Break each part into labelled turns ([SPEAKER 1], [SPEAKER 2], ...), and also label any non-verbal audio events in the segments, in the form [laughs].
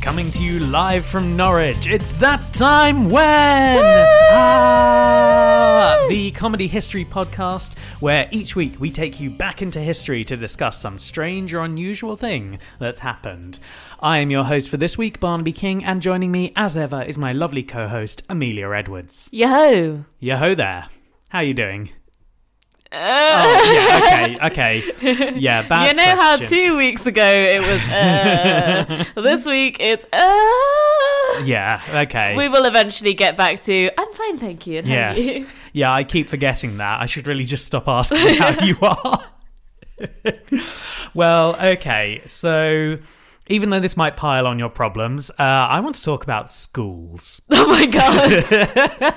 [SPEAKER 1] coming to you live from Norwich. It's that time when Ah, the comedy history podcast, where each week we take you back into history to discuss some strange or unusual thing that's happened. I am your host for this week, Barnaby King, and joining me as ever is my lovely co-host Amelia Edwards.
[SPEAKER 2] Yo.
[SPEAKER 1] Yo ho there, how you
[SPEAKER 2] [laughs]
[SPEAKER 1] doing? Oh, yeah, okay, okay, yeah. Oh, Bad
[SPEAKER 2] Uh, you know how
[SPEAKER 1] question.
[SPEAKER 2] two weeks ago it was
[SPEAKER 1] [laughs]
[SPEAKER 2] uh, this week it's uh.
[SPEAKER 1] Yeah, okay.
[SPEAKER 2] We will eventually get back to I'm fine, thank you. And how are
[SPEAKER 1] Yes.
[SPEAKER 2] you? [laughs]
[SPEAKER 1] Yeah, I keep forgetting that. I should really just stop asking
[SPEAKER 2] [laughs]
[SPEAKER 1] how you are. well, okay. So, even though this might pile on your problems, uh, I want to talk about schools.
[SPEAKER 2] Oh my god.
[SPEAKER 1] [laughs]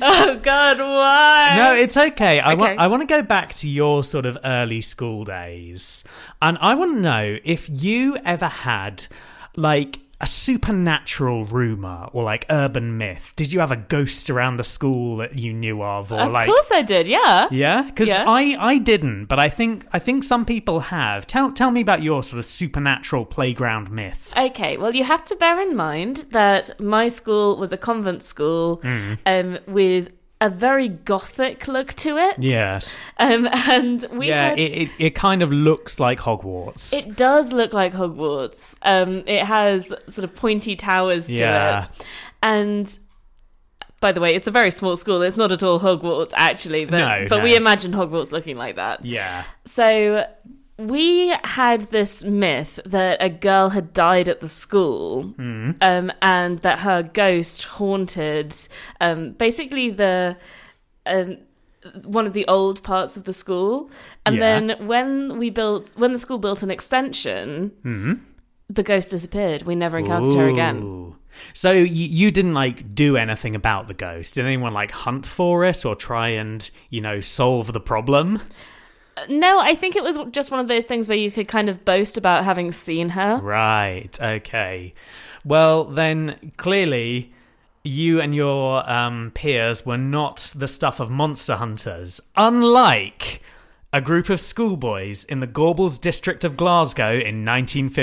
[SPEAKER 2] oh god, why?
[SPEAKER 1] No, it's okay. I, want
[SPEAKER 2] Okay.
[SPEAKER 1] I want to go back to your sort of early school days. And I want to know if you ever had like a supernatural rumor or like urban myth. Did you have a ghost around the school that you knew of or
[SPEAKER 2] of
[SPEAKER 1] like
[SPEAKER 2] course I did, yeah.
[SPEAKER 1] Yeah, because
[SPEAKER 2] Yeah.
[SPEAKER 1] I I didn't, but I think I think some people have. Tell tell me about your sort of supernatural playground myth.
[SPEAKER 2] Okay, well, you have to bear in mind that my school was a convent school
[SPEAKER 1] Mm.
[SPEAKER 2] um, with a very gothic look to it.
[SPEAKER 1] Yes.
[SPEAKER 2] Um, and we
[SPEAKER 1] yeah,
[SPEAKER 2] had
[SPEAKER 1] it, it it kind of looks like Hogwarts.
[SPEAKER 2] It does look like Hogwarts. Um, it has sort of pointy towers to
[SPEAKER 1] Yeah.
[SPEAKER 2] it. And by the way, it's a very small school. It's not at all Hogwarts, actually, but,
[SPEAKER 1] No,
[SPEAKER 2] but
[SPEAKER 1] no.
[SPEAKER 2] we imagine Hogwarts looking like that.
[SPEAKER 1] yeah.
[SPEAKER 2] So we had this myth that a girl had died at the school
[SPEAKER 1] Mm-hmm.
[SPEAKER 2] um, and that her ghost haunted um, basically the. Um, one of the old parts of the school and
[SPEAKER 1] Yeah.
[SPEAKER 2] then when we built when the school built an extension the ghost disappeared we never encountered her again
[SPEAKER 1] Mm-hmm. Ooh. So you, you didn't like do anything about the ghost. Did anyone like hunt for it or try and you know solve the problem?
[SPEAKER 2] no i think it was just one of those things where you could kind of boast about having seen her
[SPEAKER 1] Right. Okay. Well, then clearly you and your um, peers were not the stuff of monster hunters, unlike a group of schoolboys in the Gorbals district of Glasgow in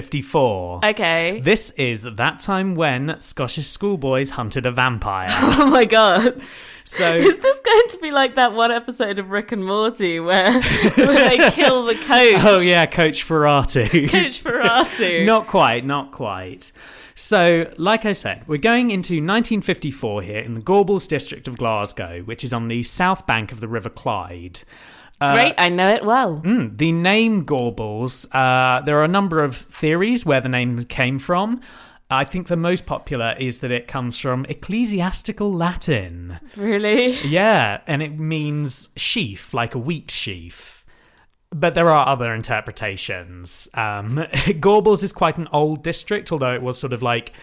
[SPEAKER 1] 1954.
[SPEAKER 2] okay
[SPEAKER 1] This is that time when Scottish schoolboys hunted a
[SPEAKER 2] [laughs]
[SPEAKER 1] vampire.
[SPEAKER 2] [laughs] oh my god
[SPEAKER 1] So [laughs]
[SPEAKER 2] Is this going to be like that one episode of Rick and Morty where, where
[SPEAKER 1] [laughs]
[SPEAKER 2] they kill the coach?
[SPEAKER 1] Oh yeah, Coach Ferrati. [laughs]
[SPEAKER 2] Coach Ferratu.
[SPEAKER 1] Not quite, not quite. So, like I said, we're going into 1954 here in the Gorbals district of Glasgow, which is on the south bank of the River Clyde.
[SPEAKER 2] Great, I know it well.
[SPEAKER 1] uh, Hmm, the name Gorbals, uh, there are a number of theories where the name came from. I think the most popular is that it comes from ecclesiastical Latin.
[SPEAKER 2] Really?
[SPEAKER 1] Yeah, and it means sheaf, like a wheat sheaf. But there are other interpretations. Um, [laughs] Gorbals is quite an old district, although it was sort of like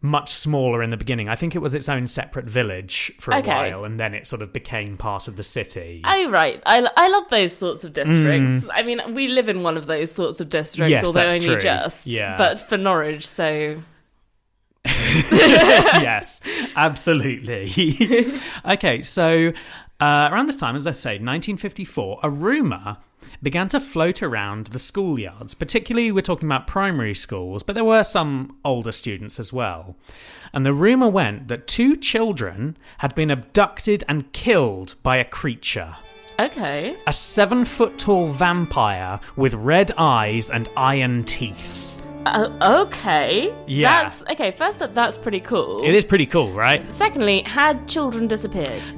[SPEAKER 1] much smaller in the beginning. I think it was its own separate village for a
[SPEAKER 2] Okay.
[SPEAKER 1] while, and then it sort of became part of the city.
[SPEAKER 2] Oh, right. I, I love those sorts of districts. I mean, we live in one of those sorts of districts,
[SPEAKER 1] Hmm. Yes,
[SPEAKER 2] although
[SPEAKER 1] that's
[SPEAKER 2] only
[SPEAKER 1] true.
[SPEAKER 2] just.
[SPEAKER 1] Yeah.
[SPEAKER 2] But for Norwich, so.
[SPEAKER 1] yes, absolutely. [laughs] okay, so uh, around this time, as I say, 1954, a rumor began to float around the schoolyards. Particularly, we're talking about primary schools, but there were some older students as well. And the rumor went that two children had been abducted and killed by a creature.
[SPEAKER 2] Okay.
[SPEAKER 1] A seven foot tall vampire with red eyes and iron teeth.
[SPEAKER 2] Uh, okay.
[SPEAKER 1] Yeah.
[SPEAKER 2] That's. Okay, first up, that's pretty cool.
[SPEAKER 1] It is pretty cool, right?
[SPEAKER 2] Secondly, had children disappeared? [laughs]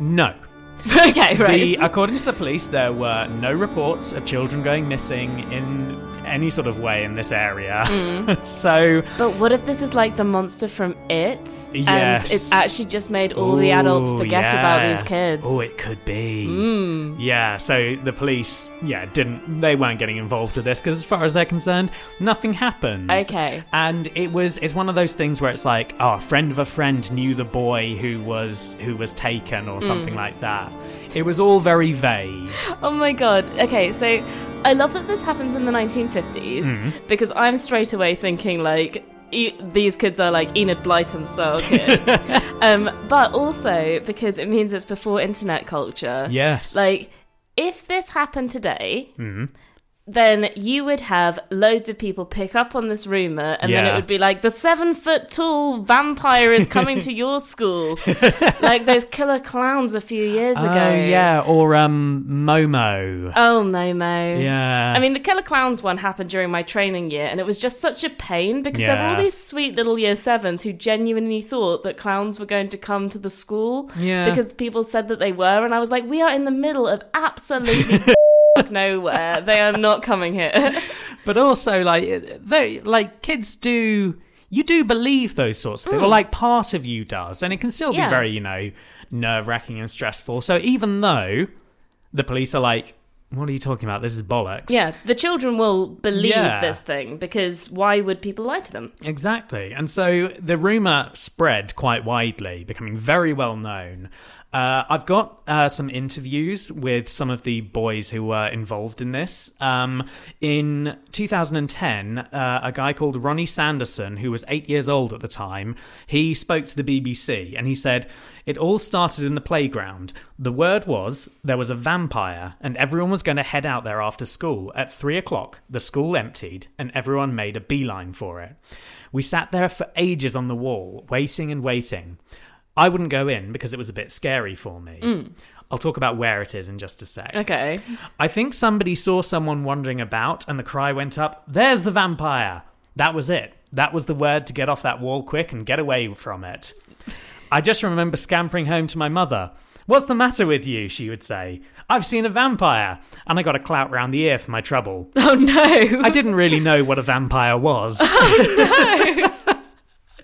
[SPEAKER 1] No,
[SPEAKER 2] okay, right.
[SPEAKER 1] The, [laughs] according to the police, there were no reports of children going missing in any sort of way in this area.
[SPEAKER 2] Hmm.
[SPEAKER 1] [laughs] so,
[SPEAKER 2] But what if this is like the monster from It?
[SPEAKER 1] Yes.
[SPEAKER 2] And it's actually just made all the adults
[SPEAKER 1] Ooh,
[SPEAKER 2] forget
[SPEAKER 1] yeah.
[SPEAKER 2] about these kids. Hmm.
[SPEAKER 1] Oh, it could be. Yeah. So the police, yeah, didn't. They weren't getting involved with this because, as far as they're concerned, nothing happened.
[SPEAKER 2] Okay.
[SPEAKER 1] And it was. It's one of those things where it's like, oh, a friend of a friend knew the boy who was who was taken
[SPEAKER 2] Hmm.
[SPEAKER 1] or something like that. It was all very
[SPEAKER 2] [laughs]
[SPEAKER 1] vague.
[SPEAKER 2] Oh my god. Okay, so I love that this happens in the 1950s
[SPEAKER 1] Mm-hmm.
[SPEAKER 2] because I'm straight away thinking like. E- these kids are like Enid Blyton style
[SPEAKER 1] [laughs]
[SPEAKER 2] kids, um, but also because it means it's before internet culture.
[SPEAKER 1] Yes. Mm-hmm.
[SPEAKER 2] Like, if this happened today, then you would have loads of people pick up on this rumor, and then
[SPEAKER 1] Yeah.
[SPEAKER 2] it would be like the seven foot tall vampire is coming to
[SPEAKER 1] [laughs]
[SPEAKER 2] your school, like those killer clowns a few years
[SPEAKER 1] Oh,
[SPEAKER 2] ago.
[SPEAKER 1] yeah. Or um, Momo.
[SPEAKER 2] Oh, Momo.
[SPEAKER 1] yeah.
[SPEAKER 2] I mean, the Killer Clowns one happened during my training year, and it was just such a pain because there were
[SPEAKER 1] Yeah.
[SPEAKER 2] all these sweet little year sevens who genuinely thought that clowns were going to come to the school
[SPEAKER 1] Yeah.
[SPEAKER 2] because people said that they were, and I was like, we are in the middle of absolutely
[SPEAKER 1] [laughs]
[SPEAKER 2] [laughs] nowhere. They are not coming here.
[SPEAKER 1] but also like they like kids do you do believe those sorts of things or like part of you does and it can still
[SPEAKER 2] Hmm. Yeah.
[SPEAKER 1] be very you know nerve-wracking and stressful so even though the police are like what are you talking about this is bollocks
[SPEAKER 2] yeah, the children will believe
[SPEAKER 1] Yeah.
[SPEAKER 2] this thing because why would people lie to them?
[SPEAKER 1] Exactly. And so the rumor spread quite widely, becoming very well known. Uh, I've got uh, some interviews with some of the boys who were involved in this. Um, in 2010, uh, a guy called Ronnie Sanderson, who was eight years old at the time, he spoke to the BBC and he said, It all started in the playground. The word was there was a vampire, and everyone was going to head out there after school. At three o'clock, the school emptied, and everyone made a beeline for it. We sat there for ages on the wall, waiting and waiting. I wouldn't go in because it was a bit scary for me. I'll talk about where it is in just a sec.
[SPEAKER 2] Okay.
[SPEAKER 1] I think somebody saw someone wandering about and the cry went up, There's the vampire! That was it. That was the word to get off that wall quick and get away from it. I just remember scampering home to my mother. What's the matter with you? She would say. I've seen a vampire. And I got a clout round the ear for my trouble.
[SPEAKER 2] [laughs] Oh no.
[SPEAKER 1] I didn't really know what a vampire was.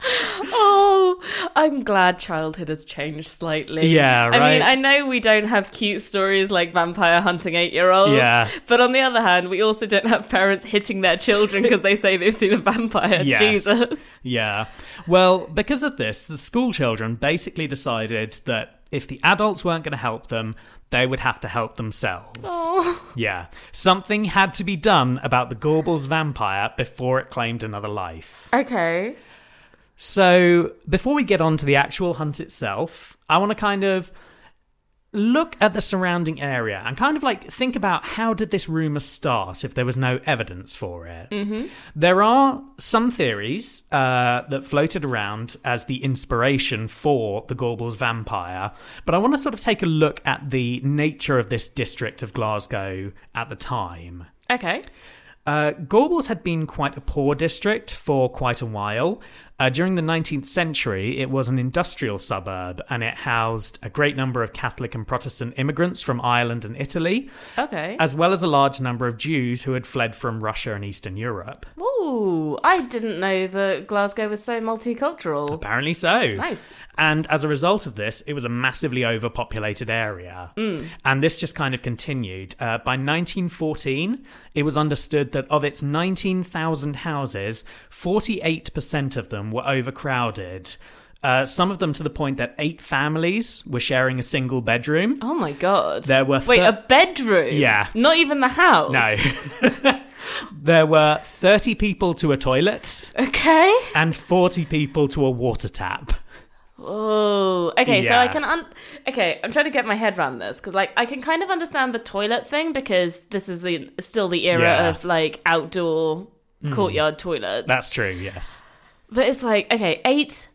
[SPEAKER 2] Oh, I'm glad childhood has changed slightly.
[SPEAKER 1] Yeah,
[SPEAKER 2] I mean,
[SPEAKER 1] right.
[SPEAKER 2] I know we don't have cute stories like vampire hunting eight year olds.
[SPEAKER 1] Yeah.
[SPEAKER 2] But on the other hand, we also don't have parents hitting their children because they say they've seen a [laughs] vampire.
[SPEAKER 1] [laughs] Yes.
[SPEAKER 2] Jesus.
[SPEAKER 1] Yeah. Well, because of this, the school children basically decided that if the adults weren't going to help them, they would have to help themselves.
[SPEAKER 2] Oh.
[SPEAKER 1] Yeah. Something had to be done about the Gorbals vampire before it claimed another life.
[SPEAKER 2] Okay.
[SPEAKER 1] So, before we get on to the actual hunt itself, I want to kind of look at the surrounding area and kind of like think about how did this rumor start if there was no evidence for it there are some theories uh, that floated around as the inspiration for the gorbals vampire but i want to sort of take a look at the nature of this district of glasgow at the time
[SPEAKER 2] Okay.
[SPEAKER 1] uh, Gorbals had been quite a poor district for quite a while. Uh, during the 19th century, it was an industrial suburb and it housed a great number of Catholic and Protestant immigrants from Ireland and Italy,
[SPEAKER 2] Okay.
[SPEAKER 1] as well as a large number of Jews who had fled from Russia and Eastern Europe.
[SPEAKER 2] Ooh, I didn't know that Glasgow was so multicultural.
[SPEAKER 1] Apparently so.
[SPEAKER 2] Nice.
[SPEAKER 1] And as a result of this, it was a massively overpopulated area. And this just kind of continued. Uh, by 1914, it was understood that of its 19,000 houses, 48% of them were overcrowded. Uh, some of them to the point that eight families were sharing a single bedroom.
[SPEAKER 2] Oh my god.
[SPEAKER 1] There were
[SPEAKER 2] Wait,
[SPEAKER 1] thir-
[SPEAKER 2] a bedroom?
[SPEAKER 1] Yeah.
[SPEAKER 2] Not even the house?
[SPEAKER 1] No. [laughs] there were 30 people to a [laughs] toilet
[SPEAKER 2] Okay.
[SPEAKER 1] and 40 people to a water tap.
[SPEAKER 2] Oh, okay. So I
[SPEAKER 1] Yeah.
[SPEAKER 2] can un- okay. I'm trying to get my head around this because, like, I can kind of understand the toilet thing because this is the, still the era
[SPEAKER 1] Yeah. Hmm.
[SPEAKER 2] of like outdoor courtyard toilets.
[SPEAKER 1] That's true, yes.
[SPEAKER 2] but it's like okay, eight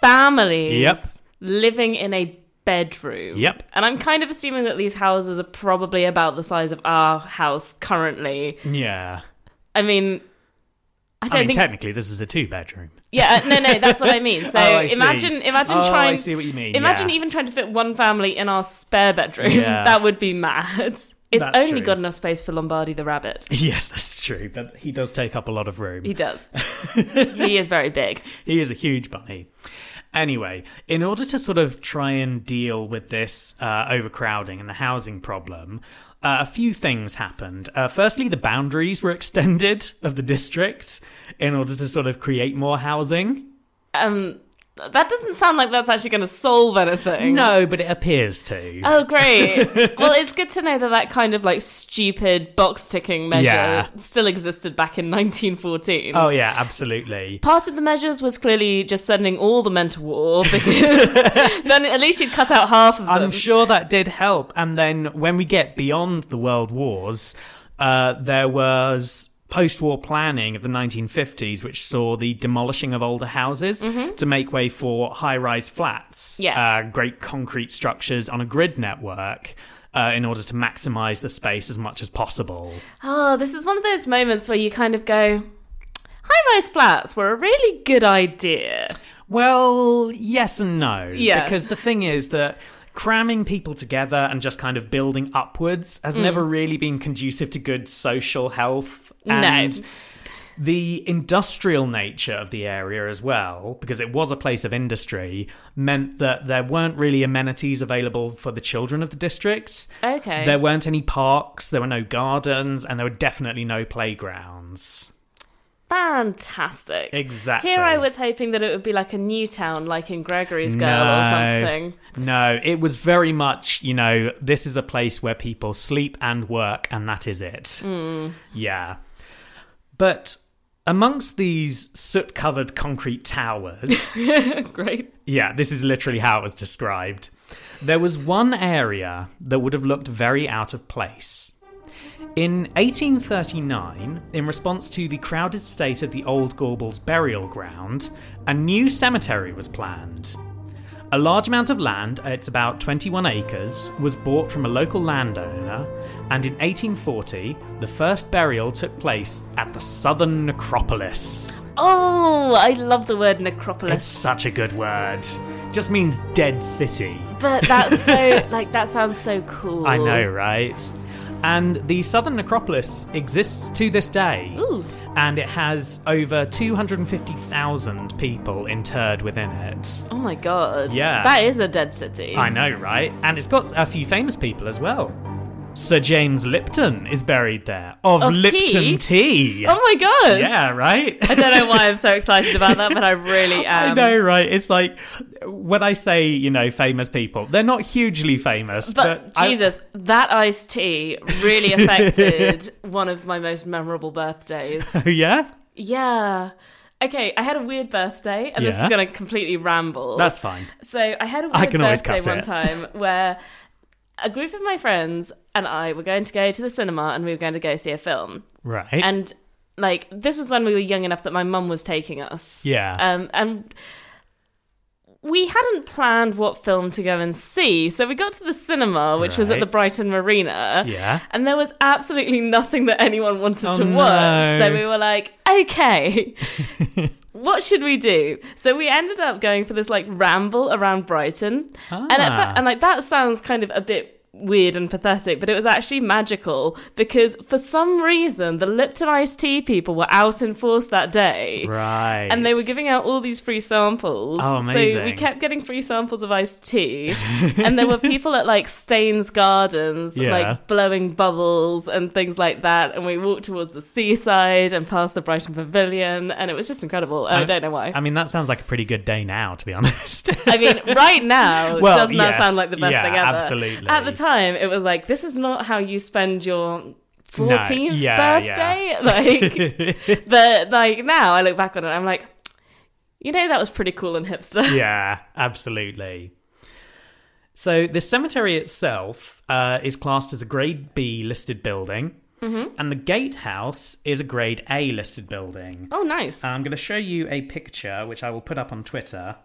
[SPEAKER 2] families
[SPEAKER 1] Yep.
[SPEAKER 2] living in a bedroom.
[SPEAKER 1] Yep.
[SPEAKER 2] And I'm kind of assuming that these houses are probably about the size of our house currently.
[SPEAKER 1] Yeah.
[SPEAKER 2] I mean. I don't
[SPEAKER 1] I mean,
[SPEAKER 2] think.
[SPEAKER 1] technically, this is a two bedroom.
[SPEAKER 2] yeah, uh, no, no, that's what
[SPEAKER 1] [laughs]
[SPEAKER 2] I mean. So
[SPEAKER 1] Oh, I see.
[SPEAKER 2] imagine, imagine
[SPEAKER 1] Oh,
[SPEAKER 2] trying.
[SPEAKER 1] I see what you mean.
[SPEAKER 2] Imagine
[SPEAKER 1] yeah.
[SPEAKER 2] even trying to fit one family in our spare bedroom.
[SPEAKER 1] Yeah.
[SPEAKER 2] [laughs] That would be mad. It's
[SPEAKER 1] That's
[SPEAKER 2] only
[SPEAKER 1] true.
[SPEAKER 2] got enough space for Lombardi the rabbit.
[SPEAKER 1] [laughs] Yes, that's true. But he does take up a lot of room.
[SPEAKER 2] He
[SPEAKER 1] He,
[SPEAKER 2] does.
[SPEAKER 1] [laughs]
[SPEAKER 2] he is very big.
[SPEAKER 1] is a huge bunny. Anyway, in order to sort of try and deal with this uh, overcrowding and the housing problem, uh, a few things happened. Uh, firstly, the boundaries were [laughs] extended of the district in order to sort of create more housing.
[SPEAKER 2] Um, that doesn't sound like that's actually going to solve anything.
[SPEAKER 1] No, but it appears to.
[SPEAKER 2] Mm.
[SPEAKER 1] [laughs]
[SPEAKER 2] Oh, great. well, it's good to know that that kind of like stupid box ticking measure
[SPEAKER 1] Yeah.
[SPEAKER 2] still existed back in 1914.
[SPEAKER 1] oh yeah, absolutely.
[SPEAKER 2] Part of the measures was clearly just sending all the men to
[SPEAKER 1] [laughs]
[SPEAKER 2] war because then at least you'd cut out half of them.
[SPEAKER 1] I'm sure that did help. And then when we get beyond the world wars, uh, there was post war planning of the 1950s, which saw the demolishing of older houses to make way for high rise flats,
[SPEAKER 2] Yeah.
[SPEAKER 1] uh, great concrete structures on a grid network. Uh, in order to maximize the space as much as possible.
[SPEAKER 2] Oh, this is one of those moments where you kind of go, high rise flats were a really good idea.
[SPEAKER 1] Well, yes and no.
[SPEAKER 2] Yeah.
[SPEAKER 1] Because the thing is that cramming people together and just kind of building upwards
[SPEAKER 2] Mm.
[SPEAKER 1] has never really been conducive to good social health.
[SPEAKER 2] No.
[SPEAKER 1] And the industrial nature of the area as well, because it was a place of industry, meant that there weren't really amenities available for the children of the district.
[SPEAKER 2] Okay.
[SPEAKER 1] There weren't any parks, there were no gardens, and there were definitely no playgrounds.
[SPEAKER 2] Fantastic.
[SPEAKER 1] Exactly.
[SPEAKER 2] Here I was hoping that it would be like a new town, like in Gregory's Girl or something. [laughs]
[SPEAKER 1] No, it was very much, you know, this is a place where people sleep and work, and that is it. Yeah. But amongst these soot covered concrete towers,
[SPEAKER 2] Great.
[SPEAKER 1] yeah, this is literally how it was described. There was one area that would have looked very out of place. In 1839, in response to the crowded state of the old Gorbals burial ground, a new cemetery was planned. A large amount of land, it's about 21 acres, was bought from a local landowner, and in 1840, the first burial took place at the southern necropolis.
[SPEAKER 2] Oh, I love the word necropolis.
[SPEAKER 1] It's such a good word. Just means dead city.
[SPEAKER 2] But
[SPEAKER 1] [laughs]
[SPEAKER 2] that's so like that sounds so cool.
[SPEAKER 1] I know, right? And the Southern Necropolis exists to this day.
[SPEAKER 2] Ooh.
[SPEAKER 1] And it has over 250,000 people interred within it.
[SPEAKER 2] Oh my god.
[SPEAKER 1] Yeah.
[SPEAKER 2] That is a dead city.
[SPEAKER 1] I know, right? And it's got a few famous people as well. Sir James Lipton is buried there of,
[SPEAKER 2] Of
[SPEAKER 1] Lipton
[SPEAKER 2] tea?
[SPEAKER 1] tea.
[SPEAKER 2] Oh my god.
[SPEAKER 1] yeah, right?
[SPEAKER 2] I
[SPEAKER 1] [laughs]
[SPEAKER 2] don't know um, why I'm so excited about that, but I really am.
[SPEAKER 1] I know, right? It's like when I say, you know, famous people, they're not hugely famous, but,
[SPEAKER 2] But,
[SPEAKER 1] I-
[SPEAKER 2] Jesus, that iced tea
[SPEAKER 1] [laughs]
[SPEAKER 2] really affected one of my most memorable birthdays.
[SPEAKER 1] oh, [laughs] yeah?
[SPEAKER 2] Yeah. Okay, I had a weird birthday, and this
[SPEAKER 1] Yeah.
[SPEAKER 2] is going to completely ramble.
[SPEAKER 1] That's fine.
[SPEAKER 2] So I had a weird
[SPEAKER 1] I can always
[SPEAKER 2] birthday
[SPEAKER 1] cut
[SPEAKER 2] one
[SPEAKER 1] it. [laughs]
[SPEAKER 2] time where a group of my friends and I were going to go to the cinema and we were going to go see a film.
[SPEAKER 1] Right.
[SPEAKER 2] And like this was when we were young enough that my mum was taking us.
[SPEAKER 1] Yeah.
[SPEAKER 2] Um and we hadn't planned what film to go and see. So we got to the cinema, which was at
[SPEAKER 1] Right.
[SPEAKER 2] the Brighton Marina.
[SPEAKER 1] yeah.
[SPEAKER 2] And there was absolutely nothing that anyone wanted
[SPEAKER 1] Oh,
[SPEAKER 2] to
[SPEAKER 1] no.
[SPEAKER 2] watch. So we were like,
[SPEAKER 1] [laughs]
[SPEAKER 2] okay, what should we do? So we ended up going for this like ramble around Brighton. And, at
[SPEAKER 1] Ah.
[SPEAKER 2] fa- and like that sounds kind of a bit weird and pathetic, but it was actually magical because for some reason the Lipton iced tea people were out in force that day.
[SPEAKER 1] Right.
[SPEAKER 2] And they were giving out all these free samples.
[SPEAKER 1] Oh,
[SPEAKER 2] So we
[SPEAKER 1] amazing.
[SPEAKER 2] kept getting free samples of
[SPEAKER 1] [laughs]
[SPEAKER 2] iced tea. and there were people at like Staines Gardens,
[SPEAKER 1] Yeah.
[SPEAKER 2] like blowing bubbles and things like that. And we walked towards the seaside and past the Brighton Pavilion. And it was just incredible. And I, don't know why.
[SPEAKER 1] I mean, that sounds like a pretty good day now, to be [laughs]
[SPEAKER 2] [laughs]
[SPEAKER 1] honest.
[SPEAKER 2] I mean, right now,
[SPEAKER 1] [laughs] Well,
[SPEAKER 2] doesn't that
[SPEAKER 1] yes.
[SPEAKER 2] sound like the best
[SPEAKER 1] Yeah,
[SPEAKER 2] thing ever?
[SPEAKER 1] absolutely.
[SPEAKER 2] At the time, it was like, this is not how you spend your 14th
[SPEAKER 1] yeah, [laughs]
[SPEAKER 2] birthday. Like, but like now I look back on it, I'm like, you know, that was pretty cool and hipster.
[SPEAKER 1] yeah, absolutely. So the cemetery itself uh, is classed as a Grade B listed building,
[SPEAKER 2] Mm-hmm.
[SPEAKER 1] and the gatehouse is a Grade A listed building.
[SPEAKER 2] [laughs] Oh, nice.
[SPEAKER 1] I'm going to show you a picture, which I will put up on Twitter.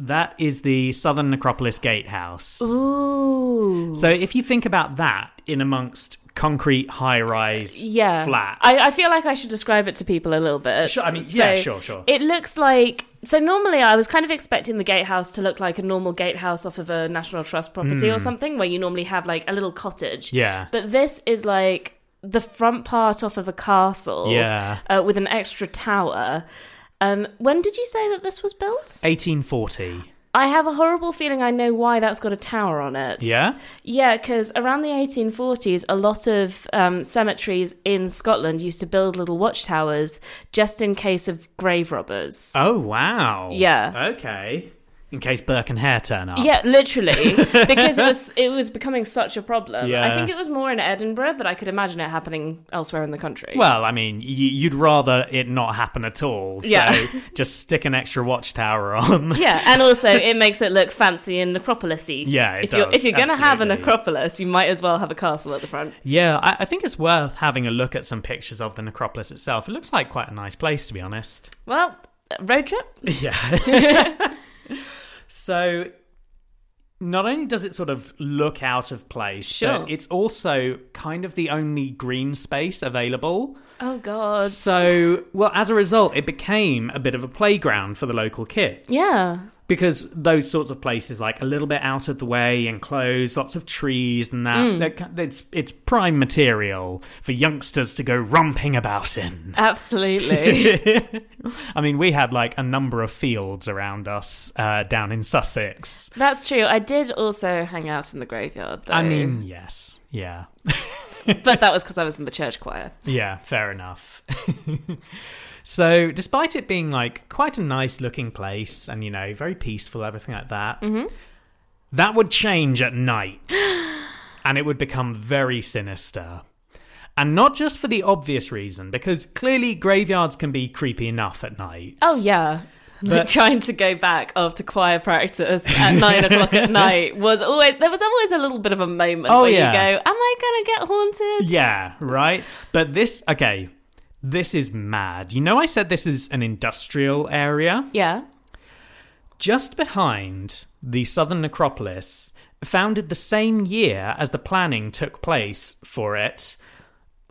[SPEAKER 1] That is the Southern Necropolis Gatehouse.
[SPEAKER 2] Ooh.
[SPEAKER 1] So if you think about that in amongst concrete high-rise
[SPEAKER 2] Yeah.
[SPEAKER 1] flats,
[SPEAKER 2] I, I feel like I should describe it to people a little bit.
[SPEAKER 1] Sure, I mean, yeah, sure, sure.
[SPEAKER 2] It looks like. So normally I was kind of expecting the gatehouse to look like a normal gatehouse off of a National Trust property or something where you normally have like a little cottage.
[SPEAKER 1] Hmm. Yeah.
[SPEAKER 2] But this is like the front part off of a castle.
[SPEAKER 1] Yeah.
[SPEAKER 2] Uh, with an extra tower. Um, when did you say that this was built?
[SPEAKER 1] 1840.
[SPEAKER 2] I have a horrible feeling I know why that's got a tower on it.
[SPEAKER 1] Yeah?
[SPEAKER 2] Yeah, because around the 1840s, a lot of um, cemeteries in Scotland used to build little
[SPEAKER 1] Ah.
[SPEAKER 2] watchtowers just in case of grave robbers.
[SPEAKER 1] Oh wow.
[SPEAKER 2] Yeah.
[SPEAKER 1] Okay. in case Burke and Hare turn up.
[SPEAKER 2] Yeah,
[SPEAKER 1] [laughs]
[SPEAKER 2] literally, because it was it was becoming such a problem. I
[SPEAKER 1] Yeah.
[SPEAKER 2] think it was more in Edinburgh, but I could imagine it happening elsewhere in the country.
[SPEAKER 1] Well, I mean, y- you'd rather it not happen at all. So
[SPEAKER 2] Yeah.
[SPEAKER 1] [laughs] just stick an extra watchtower on.
[SPEAKER 2] [laughs] yeah, and also it makes it look fancy and necropolisy.
[SPEAKER 1] Yeah, it
[SPEAKER 2] if you're
[SPEAKER 1] does,
[SPEAKER 2] if you're going to have a
[SPEAKER 1] absolutely.
[SPEAKER 2] necropolis, you might as well have a castle at the front.
[SPEAKER 1] Yeah, I, I think it's worth having a look at some pictures of the necropolis itself. It looks like quite a nice place, to be honest.
[SPEAKER 2] Well, road trip.
[SPEAKER 1] [laughs] Yeah. so not only does it sort of look out of place,
[SPEAKER 2] Sure.
[SPEAKER 1] but it's also kind of the only green space available.
[SPEAKER 2] Oh God.
[SPEAKER 1] So, well, as a result, it became a bit of a playground for the local kids.
[SPEAKER 2] yeah.
[SPEAKER 1] Because those sorts of places, like a little bit out of the way, enclosed, lots of trees and that, they're- it's, it's prime material for youngsters to go romping about in. [laughs]
[SPEAKER 2] Absolutely.
[SPEAKER 1] I mean, we had like a number of fields around us uh, down in Sussex.
[SPEAKER 2] That's true. I did also hang out in the graveyard, though.
[SPEAKER 1] I mean, yes, yeah,
[SPEAKER 2] but that was because I was in the
[SPEAKER 1] [laughs]
[SPEAKER 2] church choir.
[SPEAKER 1] yeah, fair enough. [laughs] so, despite it being like quite a nice looking place and you know, very peaceful, everything like that, that would change at night [gasps] and it would become very sinister. And not just for the obvious reason, because clearly graveyards can be creepy enough at night.
[SPEAKER 2] Oh yeah. [laughs] Like
[SPEAKER 1] But-
[SPEAKER 2] trying to go back after choir practice
[SPEAKER 1] [laughs]
[SPEAKER 2] at nine o'clock at night was always there was always a little bit of a moment
[SPEAKER 1] Oh,
[SPEAKER 2] where
[SPEAKER 1] yeah.
[SPEAKER 2] you go, Am I gonna get haunted?
[SPEAKER 1] Yeah, right? But this, okay, this is mad. You know, I said this is an industrial area.
[SPEAKER 2] Yeah.
[SPEAKER 1] Just behind the southern necropolis, founded the same year as the planning took place for it,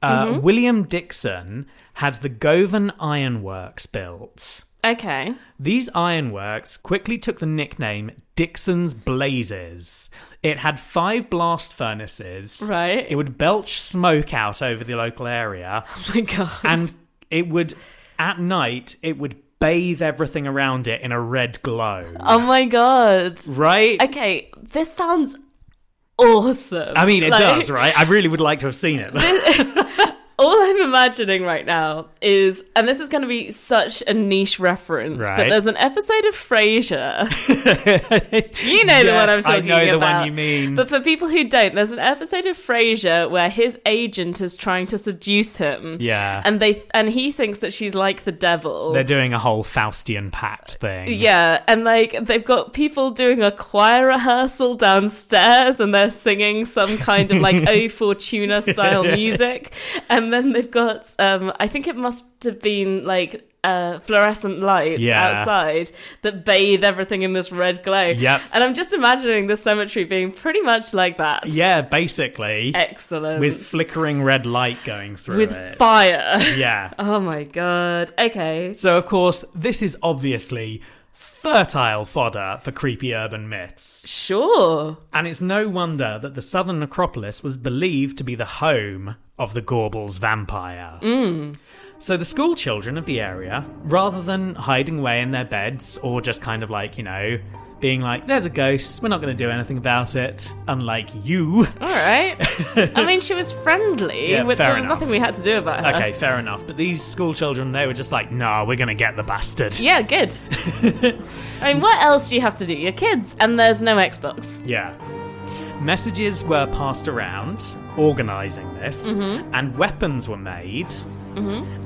[SPEAKER 1] uh, William Dixon had the Govan Ironworks built.
[SPEAKER 2] Okay. [laughs]
[SPEAKER 1] These ironworks quickly took the nickname Dixon's Blazes. It had five blast furnaces.
[SPEAKER 2] Right.
[SPEAKER 1] It would belch smoke out over the local area
[SPEAKER 2] Oh my god.
[SPEAKER 1] and it would at night it would bathe everything around it in a red glow
[SPEAKER 2] Oh my god.
[SPEAKER 1] right
[SPEAKER 2] Okay, this sounds awesome.
[SPEAKER 1] i mean it
[SPEAKER 2] Like,
[SPEAKER 1] does right i really would like to have seen it
[SPEAKER 2] All I'm imagining right now is, and this is going to be such a niche reference, but
[SPEAKER 1] Right.
[SPEAKER 2] there's an episode of Frasier
[SPEAKER 1] [laughs]
[SPEAKER 2] You know the one I'm
[SPEAKER 1] Yes,
[SPEAKER 2] talking about.
[SPEAKER 1] i know the one you mean
[SPEAKER 2] But for people who don't, there's an episode of Frasier where his agent is trying to seduce him.
[SPEAKER 1] yeah
[SPEAKER 2] And they and he thinks that she's like the devil.
[SPEAKER 1] they're doing a whole faustian pact thing
[SPEAKER 2] yeah, and like they've got people doing a choir rehearsal downstairs and they're singing some kind of
[SPEAKER 1] [laughs]
[SPEAKER 2] like O Fortuna style music. And then they've got um I think it must have been like uh, fluorescent lights
[SPEAKER 1] Yeah.
[SPEAKER 2] outside that bathe everything in this red glow.
[SPEAKER 1] Yep.
[SPEAKER 2] And I'm just imagining the cemetery being pretty much like that.
[SPEAKER 1] yeah basically
[SPEAKER 2] Excellent.
[SPEAKER 1] with flickering red light going through
[SPEAKER 2] With
[SPEAKER 1] it
[SPEAKER 2] fire. [laughs]
[SPEAKER 1] yeah
[SPEAKER 2] Oh my god. Okay.
[SPEAKER 1] so of course this is obviously fertile fodder for creepy urban myths
[SPEAKER 2] Sure.
[SPEAKER 1] And it's no wonder that the southern necropolis was believed to be the home of the Gorbals vampire. So the school children of the area, rather than hiding away in their beds or just kind of like, you know, being like, there's a ghost, we're not going to do anything about it, unlike you.
[SPEAKER 2] All
[SPEAKER 1] [laughs]
[SPEAKER 2] right. I mean, she was friendly.
[SPEAKER 1] Yeah,
[SPEAKER 2] with-
[SPEAKER 1] fair
[SPEAKER 2] there was
[SPEAKER 1] enough.
[SPEAKER 2] nothing we had to do about her.
[SPEAKER 1] Okay, fair enough. But these school children, they were just like, nah, we're going to get the bastard.
[SPEAKER 2] Yeah, good. I mean, what else do you have to do? Your kids, and there's no Xbox.
[SPEAKER 1] Yeah. Messages were passed around organising this,
[SPEAKER 2] Mm-hmm.
[SPEAKER 1] and weapons were made.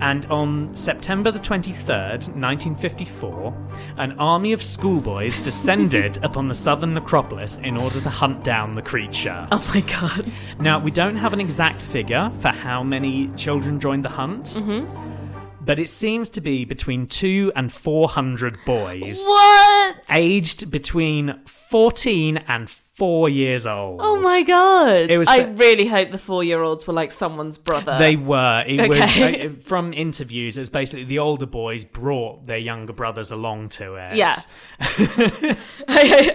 [SPEAKER 1] And on September the 23rd, 1954, an army of
[SPEAKER 2] [laughs]
[SPEAKER 1] schoolboys descended upon the southern necropolis in order to hunt down the creature.
[SPEAKER 2] Oh my god.
[SPEAKER 1] Now, we don't have an exact figure for how many children joined the hunt,
[SPEAKER 2] Mm-hmm.
[SPEAKER 1] but it seems to be between two and 400 boys
[SPEAKER 2] What?
[SPEAKER 1] aged between 14 and 4 years old.
[SPEAKER 2] Oh my god.
[SPEAKER 1] It was-
[SPEAKER 2] I really hope the four-year-olds were like someone's brother.
[SPEAKER 1] They were. It
[SPEAKER 2] Okay.
[SPEAKER 1] was uh, from interviews. It was basically the older boys brought their younger brothers along to it.
[SPEAKER 2] Yeah. [laughs] I,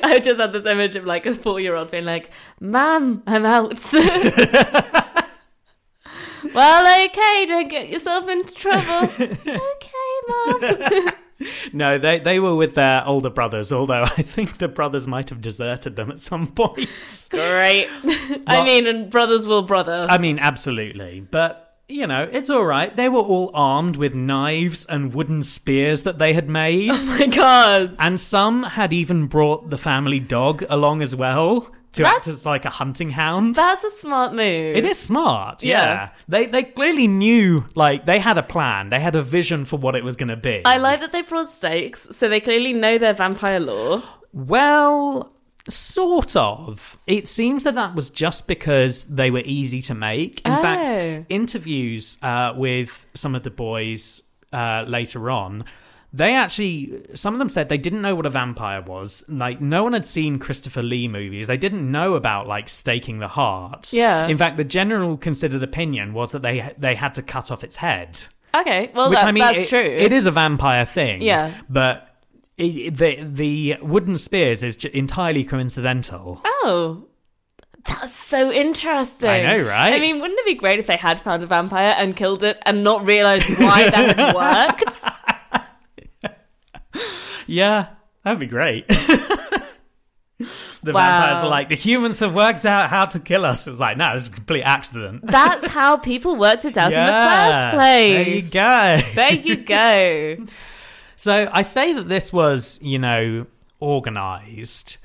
[SPEAKER 2] I just had this image of like a four-year-old being like, "Ma'am, I'm out."
[SPEAKER 1] [laughs]
[SPEAKER 2] [laughs] well, okay, don't get yourself
[SPEAKER 1] [laughs]
[SPEAKER 2] into trouble. okay, mom.
[SPEAKER 1] No, they they were with their older brothers. Although [laughs] I think the brothers might have deserted them at some [laughs] point.
[SPEAKER 2] Great. [laughs] I
[SPEAKER 1] Well-
[SPEAKER 2] mean, and brothers will brother.
[SPEAKER 1] I mean, absolutely. But you know, it's all right. They were all armed with knives and wooden spears that they had made.
[SPEAKER 2] Oh [laughs] my god.
[SPEAKER 1] And some had even brought the family dog along as well to act
[SPEAKER 2] That's-
[SPEAKER 1] as like a hunting hound.
[SPEAKER 2] That's a smart move.
[SPEAKER 1] It is smart, yeah.
[SPEAKER 2] Yeah.
[SPEAKER 1] They they clearly knew like they had a plan. They had a vision for what it was going to be.
[SPEAKER 2] I like that they brought stakes, so they clearly know their vampire lore.
[SPEAKER 1] well, sort of. It seems that that was just because they were easy to make. In
[SPEAKER 2] Oh.
[SPEAKER 1] fact, interviews uh, with some of the boys uh, later on. They actually, some of them said they didn't know what a vampire was. Like, no one had seen Christopher Lee movies. They didn't know about, like, staking the heart.
[SPEAKER 2] Yeah.
[SPEAKER 1] In fact, the general considered opinion was that they they had to cut off its head.
[SPEAKER 2] Okay, well
[SPEAKER 1] Which
[SPEAKER 2] that,
[SPEAKER 1] I mean,
[SPEAKER 2] that's
[SPEAKER 1] it-
[SPEAKER 2] true.
[SPEAKER 1] It is a vampire thing.
[SPEAKER 2] Yeah.
[SPEAKER 1] but i the the wooden spears is j- entirely coincidental.
[SPEAKER 2] Oh. That's so interesting.
[SPEAKER 1] I know, right?
[SPEAKER 2] I mean, wouldn't it be great if they had found a vampire and killed it and not realized why
[SPEAKER 1] [laughs]
[SPEAKER 2] that had worked?
[SPEAKER 1] Yeah, that'd be great. [laughs] the
[SPEAKER 2] Wow.
[SPEAKER 1] vampires are like the humans have worked out how to kill us. It's like no, it's a complete accident.
[SPEAKER 2] That's how people worked it out
[SPEAKER 1] Yeah,
[SPEAKER 2] in the first place.
[SPEAKER 1] There you go.
[SPEAKER 2] There you
[SPEAKER 1] [laughs]
[SPEAKER 2] go.
[SPEAKER 1] So I say that this was, you know, organized,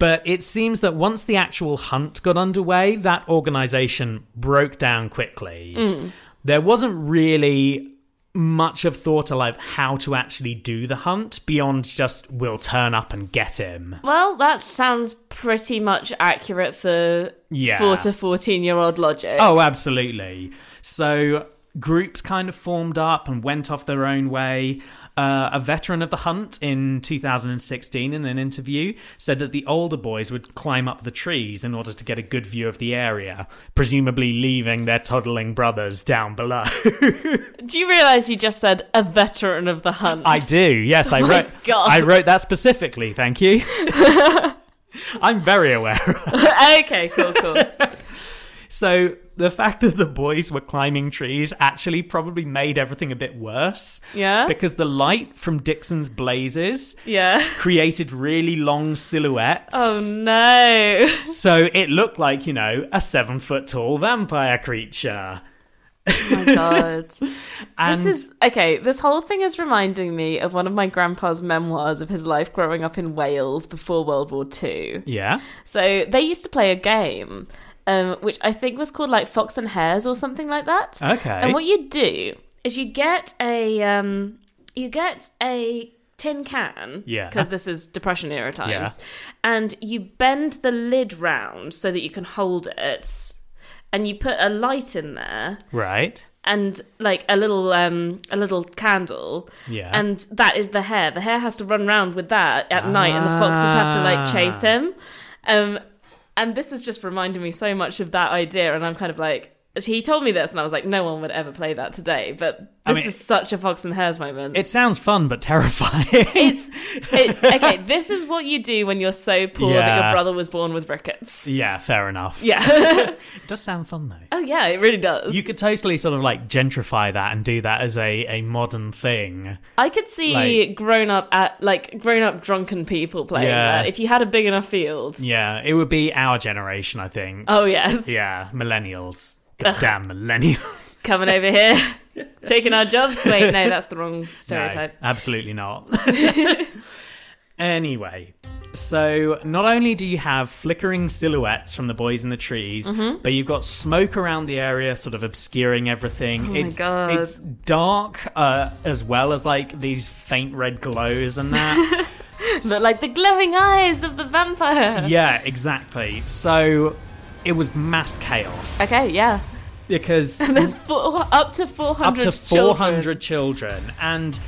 [SPEAKER 1] but it seems that once the actual hunt got underway, that organization broke down quickly. There wasn't really much of thought alive how to actually do the hunt beyond just we'll turn up and get him.
[SPEAKER 2] Well, that sounds pretty much accurate for
[SPEAKER 1] Yeah.
[SPEAKER 2] four to fourteen year old logic.
[SPEAKER 1] Oh, absolutely. So groups kind of formed up and went off their own way. Uh, a veteran of the hunt in 2016, in an interview, said that the older boys would climb up the trees in order to get a good view of the area, presumably leaving their toddling brothers down below.
[SPEAKER 2] Do you realise you just said a veteran of the hunt?
[SPEAKER 1] [laughs] I do. Yes, I
[SPEAKER 2] my
[SPEAKER 1] wrote.
[SPEAKER 2] God.
[SPEAKER 1] I wrote that specifically. Thank [laughs] you. I'm very aware
[SPEAKER 2] [laughs] okay,
[SPEAKER 1] [laughs]
[SPEAKER 2] cool, cool.
[SPEAKER 1] So the fact that the boys were climbing trees actually probably made everything a bit worse.
[SPEAKER 2] Yeah?
[SPEAKER 1] Because the light from Dixon's blazes [laughs]
[SPEAKER 2] Yeah.
[SPEAKER 1] created really long silhouettes.
[SPEAKER 2] Oh no.
[SPEAKER 1] So it looked like, you know, a seven foot tall vampire creature.
[SPEAKER 2] Oh my god.
[SPEAKER 1] And
[SPEAKER 2] [laughs] This is okay. This whole thing is reminding me of one of my grandpa's memoirs of his life growing up in Wales before World War II.
[SPEAKER 1] yeah.
[SPEAKER 2] So they used to play a game, um, which I think was called like Fox and Hares or something like that.
[SPEAKER 1] Okay.
[SPEAKER 2] And what you do is you get a um, you get a tin can.
[SPEAKER 1] Yeah.
[SPEAKER 2] Because this is Depression era times, and you bend the lid round so that you can hold it, and you put a light in there
[SPEAKER 1] Right.
[SPEAKER 2] and like a little um a little candle
[SPEAKER 1] Yeah.
[SPEAKER 2] and that is the hare the hare has to run round with that at night and the foxes have to
[SPEAKER 1] Ah.
[SPEAKER 2] like chase him um and this is just reminding me so much of that idea and i'm kind of like he told me this and i was like no one would ever play that today but this
[SPEAKER 1] I mean-
[SPEAKER 2] is such a fox and hares moment
[SPEAKER 1] It sounds fun but [laughs] terrifying. [laughs]
[SPEAKER 2] it's it, okay this is what you do when you're so poor that
[SPEAKER 1] Yeah.
[SPEAKER 2] your brother was born with rickets
[SPEAKER 1] yeah, fair enough.
[SPEAKER 2] yeah
[SPEAKER 1] It does sound fun though.
[SPEAKER 2] [laughs] oh yeah it really does
[SPEAKER 1] You could totally sort of like gentrify that and do that as a, a modern thing.
[SPEAKER 2] I could see
[SPEAKER 1] Like-
[SPEAKER 2] grown up at like grown up drunken people playing
[SPEAKER 1] Yeah.
[SPEAKER 2] that if you had a big enough field.
[SPEAKER 1] Yeah, it would be our generation, I think.
[SPEAKER 2] Oh yes,
[SPEAKER 1] Yeah, millennials. Goddamn millennials.
[SPEAKER 2] coming
[SPEAKER 1] [laughs]
[SPEAKER 2] over here, taking our jobs. Wait, no, that's the wrong
[SPEAKER 1] No,
[SPEAKER 2] stereotype.
[SPEAKER 1] absolutely
[SPEAKER 2] [laughs]
[SPEAKER 1] not. [laughs] anyway, so not only do you have flickering silhouettes from the boys in the trees,
[SPEAKER 2] Mm-hmm.
[SPEAKER 1] but you've got smoke around the area, sort of obscuring everything.
[SPEAKER 2] Oh my
[SPEAKER 1] it's
[SPEAKER 2] God.
[SPEAKER 1] it's dark uh, as well as like these faint red glows and that.
[SPEAKER 2] [laughs] But like the glowing eyes of the vampire.
[SPEAKER 1] yeah, exactly. So it was mass chaos.
[SPEAKER 2] Okay, yeah. [laughs]
[SPEAKER 1] Because
[SPEAKER 2] There's four, up to four
[SPEAKER 1] up
[SPEAKER 2] hundred.
[SPEAKER 1] to 400 children, and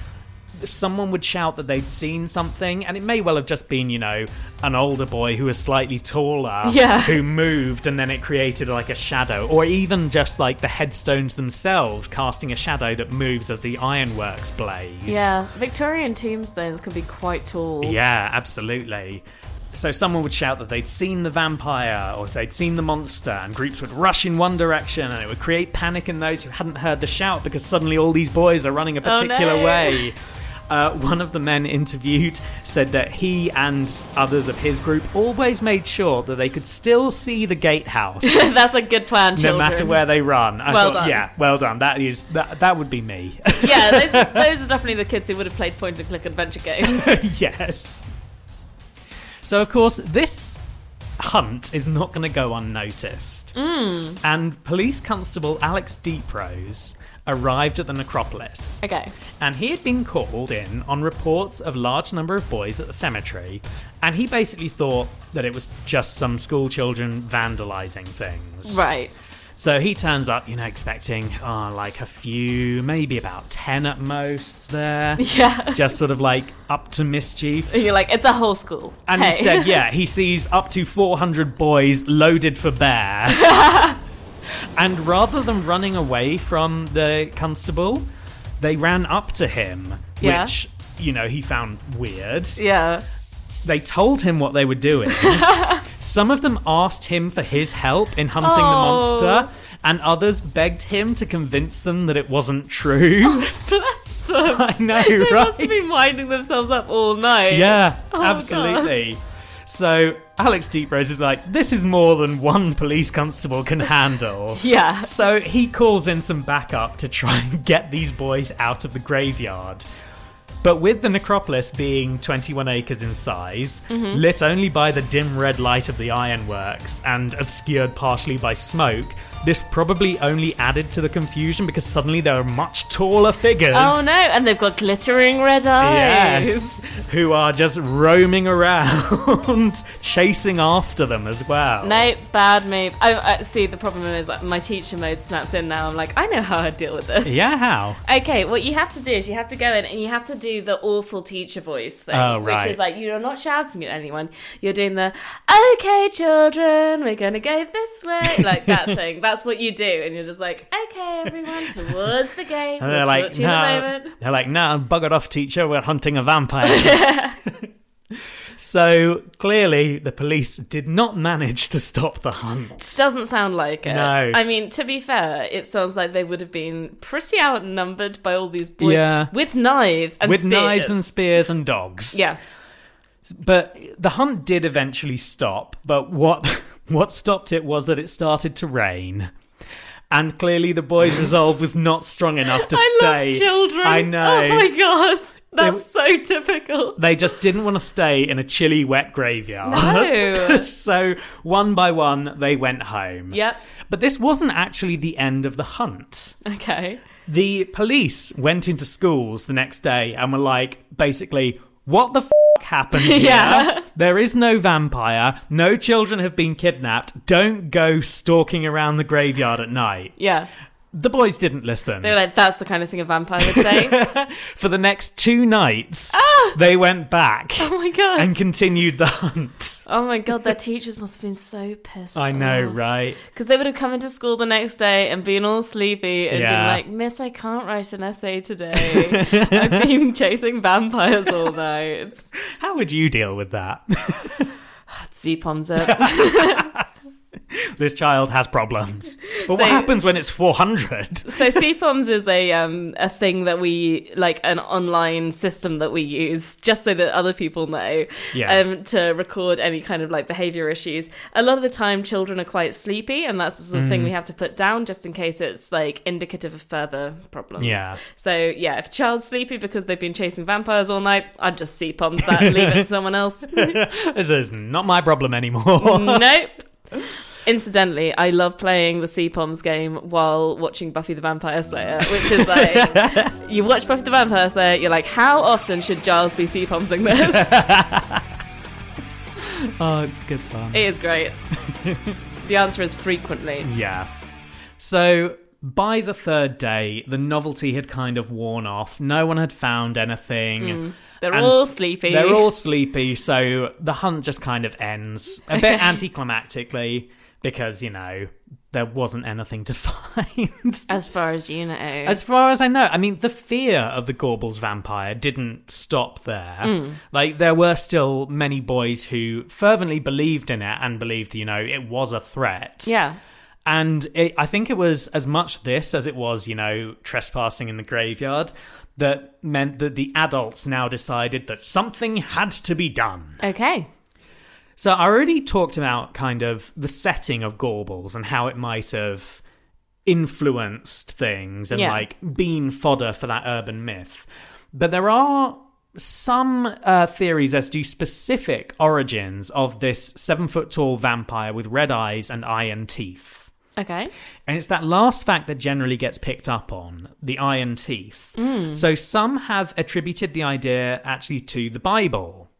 [SPEAKER 1] someone would shout that they'd seen something and it may well have just been you know an older boy who was slightly taller
[SPEAKER 2] Yeah.
[SPEAKER 1] who moved and then it created like a shadow or even just like the headstones themselves casting a shadow that moves as the ironworks blaze
[SPEAKER 2] Yeah, Victorian tombstones can be quite tall.
[SPEAKER 1] yeah, absolutely. So someone would shout that they'd seen the vampire or if they'd seen the monster, and groups would rush in one direction, and it would create panic in those who hadn't heard the shout because suddenly all these boys are running a
[SPEAKER 2] Oh,
[SPEAKER 1] particular
[SPEAKER 2] no.
[SPEAKER 1] way. Uh, one of the men interviewed said that he and others of his group always made sure that they could still see the gatehouse
[SPEAKER 2] [laughs] That's a good plan,
[SPEAKER 1] no
[SPEAKER 2] children.
[SPEAKER 1] matter where they run. I
[SPEAKER 2] Well
[SPEAKER 1] thought,
[SPEAKER 2] done.
[SPEAKER 1] Yeah, well done. That is that. That would be me. [laughs]
[SPEAKER 2] yeah, those, those are definitely the kids who would have played point and click adventure
[SPEAKER 1] [laughs]
[SPEAKER 2] games. [laughs]
[SPEAKER 1] yes. So, of course, this hunt is not going to go unnoticed.
[SPEAKER 2] Hmm.
[SPEAKER 1] And police constable Alex Deeprose arrived at the necropolis.
[SPEAKER 2] Okay.
[SPEAKER 1] And he had been called in on reports of large number of boys at the cemetery, and he basically thought that it was just some school children vandalizing things.
[SPEAKER 2] Right. [laughs]
[SPEAKER 1] So he turns up, you know, expecting oh, like a few, maybe about 10 at most
[SPEAKER 2] [laughs]
[SPEAKER 1] there.
[SPEAKER 2] Yeah.
[SPEAKER 1] Just sort of like up to mischief.
[SPEAKER 2] And you're like, it's a whole school.
[SPEAKER 1] And
[SPEAKER 2] hey.
[SPEAKER 1] he said, yeah, he sees up to 400 boys loaded for
[SPEAKER 2] [laughs]
[SPEAKER 1] bear. and rather than running away from the constable, they ran up to him,
[SPEAKER 2] Yeah.
[SPEAKER 1] which, you know, he found weird.
[SPEAKER 2] yeah.
[SPEAKER 1] They told him what they were
[SPEAKER 2] [laughs]
[SPEAKER 1] doing. Some of them asked him for his help in hunting
[SPEAKER 2] Oh.
[SPEAKER 1] the monster, and others begged him to convince them that it wasn't true. [laughs]
[SPEAKER 2] Bless them.
[SPEAKER 1] I
[SPEAKER 2] [laughs]
[SPEAKER 1] know,
[SPEAKER 2] They
[SPEAKER 1] right?
[SPEAKER 2] must have been winding themselves up all night.
[SPEAKER 1] Yeah,
[SPEAKER 2] Oh,
[SPEAKER 1] absolutely. So Alex Deeprose is like, this is more than one police constable can
[SPEAKER 2] [laughs]
[SPEAKER 1] handle.
[SPEAKER 2] Yeah.
[SPEAKER 1] so he calls in some backup to try and get these boys out of the graveyard. But with the necropolis being 21 acres in size,
[SPEAKER 2] Mm-hmm.
[SPEAKER 1] lit only by the dim red light of the ironworks and obscured partially by smoke, this probably only added to the confusion because suddenly there are much taller figures.
[SPEAKER 2] Oh no, and they've got glittering red eyes.
[SPEAKER 1] Yes, who are just roaming around, [laughs] chasing after them as well.
[SPEAKER 2] [laughs] No, bad move. Oh, uh, see, the problem is like, my teacher mode snaps in now. I'm like, I know how I'd deal with this.
[SPEAKER 1] Yeah, how?
[SPEAKER 2] Okay, what you have to do is you have to go in and you have to do the awful teacher voice thing,
[SPEAKER 1] Oh, right.
[SPEAKER 2] which is like you're not shouting at anyone. You're doing the "Okay, children, we're gonna go this way,"
[SPEAKER 1] [laughs]
[SPEAKER 2] like that thing. That's what you do, and you're just like, "Okay, everyone, towards the gate."
[SPEAKER 1] And they're
[SPEAKER 2] we'll talk
[SPEAKER 1] like,
[SPEAKER 2] to you in a
[SPEAKER 1] no.
[SPEAKER 2] moment."
[SPEAKER 1] They're like, no, bugger off, teacher. We're hunting a vampire.
[SPEAKER 2] [laughs]
[SPEAKER 1] so clearly, the police did not manage to stop the hunt.
[SPEAKER 2] Doesn't sound like it.
[SPEAKER 1] No.
[SPEAKER 2] I mean, to be fair, it sounds like they would have been pretty outnumbered by all these boys
[SPEAKER 1] Yeah.
[SPEAKER 2] with knives and
[SPEAKER 1] With
[SPEAKER 2] spears.
[SPEAKER 1] knives and spears and dogs.
[SPEAKER 2] yeah,
[SPEAKER 1] But the hunt did eventually stop, but what [laughs] what stopped it was that it started to rain. And clearly the
[SPEAKER 2] [laughs]
[SPEAKER 1] boys' resolve was not strong enough to
[SPEAKER 2] I
[SPEAKER 1] stay.
[SPEAKER 2] love children.
[SPEAKER 1] I know.
[SPEAKER 2] Oh my god, that's so typical.
[SPEAKER 1] They just didn't want to stay in a chilly, wet graveyard. [laughs]
[SPEAKER 2] No.
[SPEAKER 1] so one by one, they went home.
[SPEAKER 2] Yep.
[SPEAKER 1] But this wasn't actually the end of the hunt.
[SPEAKER 2] Okay.
[SPEAKER 1] The police went into schools the next day and were like, basically, what the f happened here?
[SPEAKER 2] [laughs] Yeah.
[SPEAKER 1] There is no vampire. No children have been kidnapped. Don't go stalking around the graveyard at night.
[SPEAKER 2] Yeah.
[SPEAKER 1] The boys didn't listen.
[SPEAKER 2] They're like, that's the kind of thing a vampire would say.
[SPEAKER 1] [laughs] For the next two nights, they went back
[SPEAKER 2] [laughs] Ah! oh my god.
[SPEAKER 1] and continued the hunt.
[SPEAKER 2] oh my god, their teachers must have been so pissed.
[SPEAKER 1] I know, right?
[SPEAKER 2] Because they would have come into school the next day and been all sleepy and
[SPEAKER 1] Yeah.
[SPEAKER 2] been like, Miss, I can't write an essay today. [laughs] I've been chasing vampires all night.
[SPEAKER 1] How would you deal with that? [laughs]
[SPEAKER 2] See palms [laughs] up.
[SPEAKER 1] this child has problems. But
[SPEAKER 2] So-
[SPEAKER 1] what happens when it's
[SPEAKER 2] [laughs]
[SPEAKER 1] 400?
[SPEAKER 2] so CPOMS is a um a thing that we like an online system that we use just so that other people know
[SPEAKER 1] Yeah.
[SPEAKER 2] um to record any kind of like behavior issues. A lot of the time children are quite sleepy and that's the sort of thing
[SPEAKER 1] Mm.
[SPEAKER 2] we have to put down just in case it's like indicative of further problems.
[SPEAKER 1] Yeah.
[SPEAKER 2] So yeah, if a child's sleepy because they've been chasing vampires all night, I'd just CPOMS that, leave
[SPEAKER 1] [laughs]
[SPEAKER 2] it to someone else. Um,
[SPEAKER 1] this is not my problem anymore.
[SPEAKER 2] nope. Incidentally, I love playing the CPOMs game while watching Buffy the
[SPEAKER 1] [laughs]
[SPEAKER 2] Vampire Slayer, which is like you watch Buffy the Vampire Slayer, you're like, how often should Giles be
[SPEAKER 1] [laughs]
[SPEAKER 2] CPOMsing this?
[SPEAKER 1] oh, it's good fun.
[SPEAKER 2] it is great. The answer is frequently.
[SPEAKER 1] Yeah. So by the third day, the novelty had kind of worn off. No one had found anything.
[SPEAKER 2] Hmm. They're
[SPEAKER 1] And
[SPEAKER 2] all
[SPEAKER 1] s-
[SPEAKER 2] sleepy.
[SPEAKER 1] They're all sleepy, so the hunt just kind of ends a bit anticlimactically because, you know, there wasn't anything to [laughs] find.
[SPEAKER 2] as far as you know.
[SPEAKER 1] As far as I know, I mean, the fear of the Gorbals vampire didn't stop there.
[SPEAKER 2] Hmm.
[SPEAKER 1] Like, there were still many boys who fervently believed in it and believed, you know, it was a threat.
[SPEAKER 2] yeah.
[SPEAKER 1] And it, I think it was as much this as it was, you know, trespassing in the graveyard that meant that the adults now decided that something had to be done.
[SPEAKER 2] Okay.
[SPEAKER 1] So I already talked about kind of the setting of Gorbals and how it might have influenced things and
[SPEAKER 2] Yeah.
[SPEAKER 1] like been fodder for that urban myth. But there are some uh, theories as to specific origins of this seven foot tall vampire with red eyes and iron teeth.
[SPEAKER 2] Okay.
[SPEAKER 1] And it's that last fact that generally gets picked up on the iron teeth. So some have attributed the idea actually to the Bible.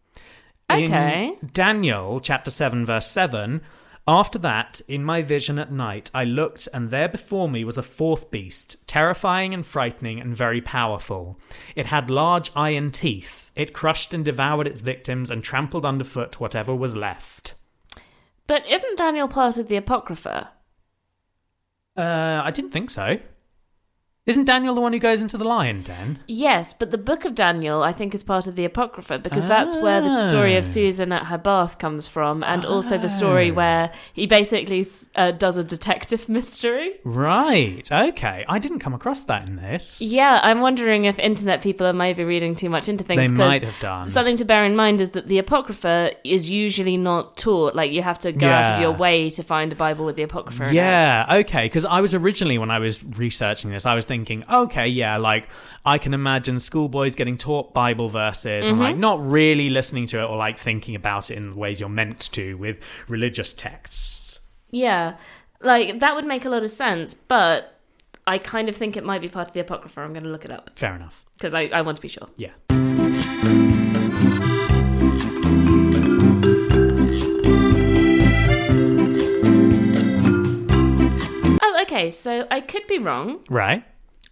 [SPEAKER 2] Okay.
[SPEAKER 1] In Daniel chapter 7, verse 7. After that, in my vision at night, I looked, and there before me was a fourth beast, terrifying and frightening and very powerful. It had large iron teeth. It crushed and devoured its victims and trampled underfoot whatever was left.
[SPEAKER 2] But isn't Daniel part of the Apocrypha?
[SPEAKER 1] Uh, I didn't think so. Isn't Daniel the one who goes into the lion den?
[SPEAKER 2] Yes, but the Book of Daniel, I think, is part of the Apocrypha because that's where the story of
[SPEAKER 1] Oh.
[SPEAKER 2] Susan at her bath comes from, and also the story
[SPEAKER 1] Oh.
[SPEAKER 2] where he basically s- uh, does a detective [laughs] mystery.
[SPEAKER 1] Right. Okay. I didn't come across that in this.
[SPEAKER 2] Yeah, I'm wondering if internet people are maybe reading too much into things.
[SPEAKER 1] They
[SPEAKER 2] 'cause
[SPEAKER 1] might have done.
[SPEAKER 2] Something to bear in mind is that the Apocrypha is usually not taught. Like, you have to go out of
[SPEAKER 1] Yeah.
[SPEAKER 2] your way to find a Bible with the Apocrypha in it.
[SPEAKER 1] Yeah, okay. Because I was originally, when I was researching this, I was thinking, okay, yeah, like I can imagine schoolboys getting taught Bible verses and
[SPEAKER 2] Mm-hmm.
[SPEAKER 1] like not really listening to it or like thinking about it in the ways you're meant to with religious texts.
[SPEAKER 2] Yeah. Like, that would make a lot of sense, but I kind of think it might be part of the Apocrypha. I'm going to look it up
[SPEAKER 1] Fair enough.
[SPEAKER 2] because I, I want to be sure.
[SPEAKER 1] Yeah.
[SPEAKER 2] Oh, okay. So I could be wrong.
[SPEAKER 1] Right.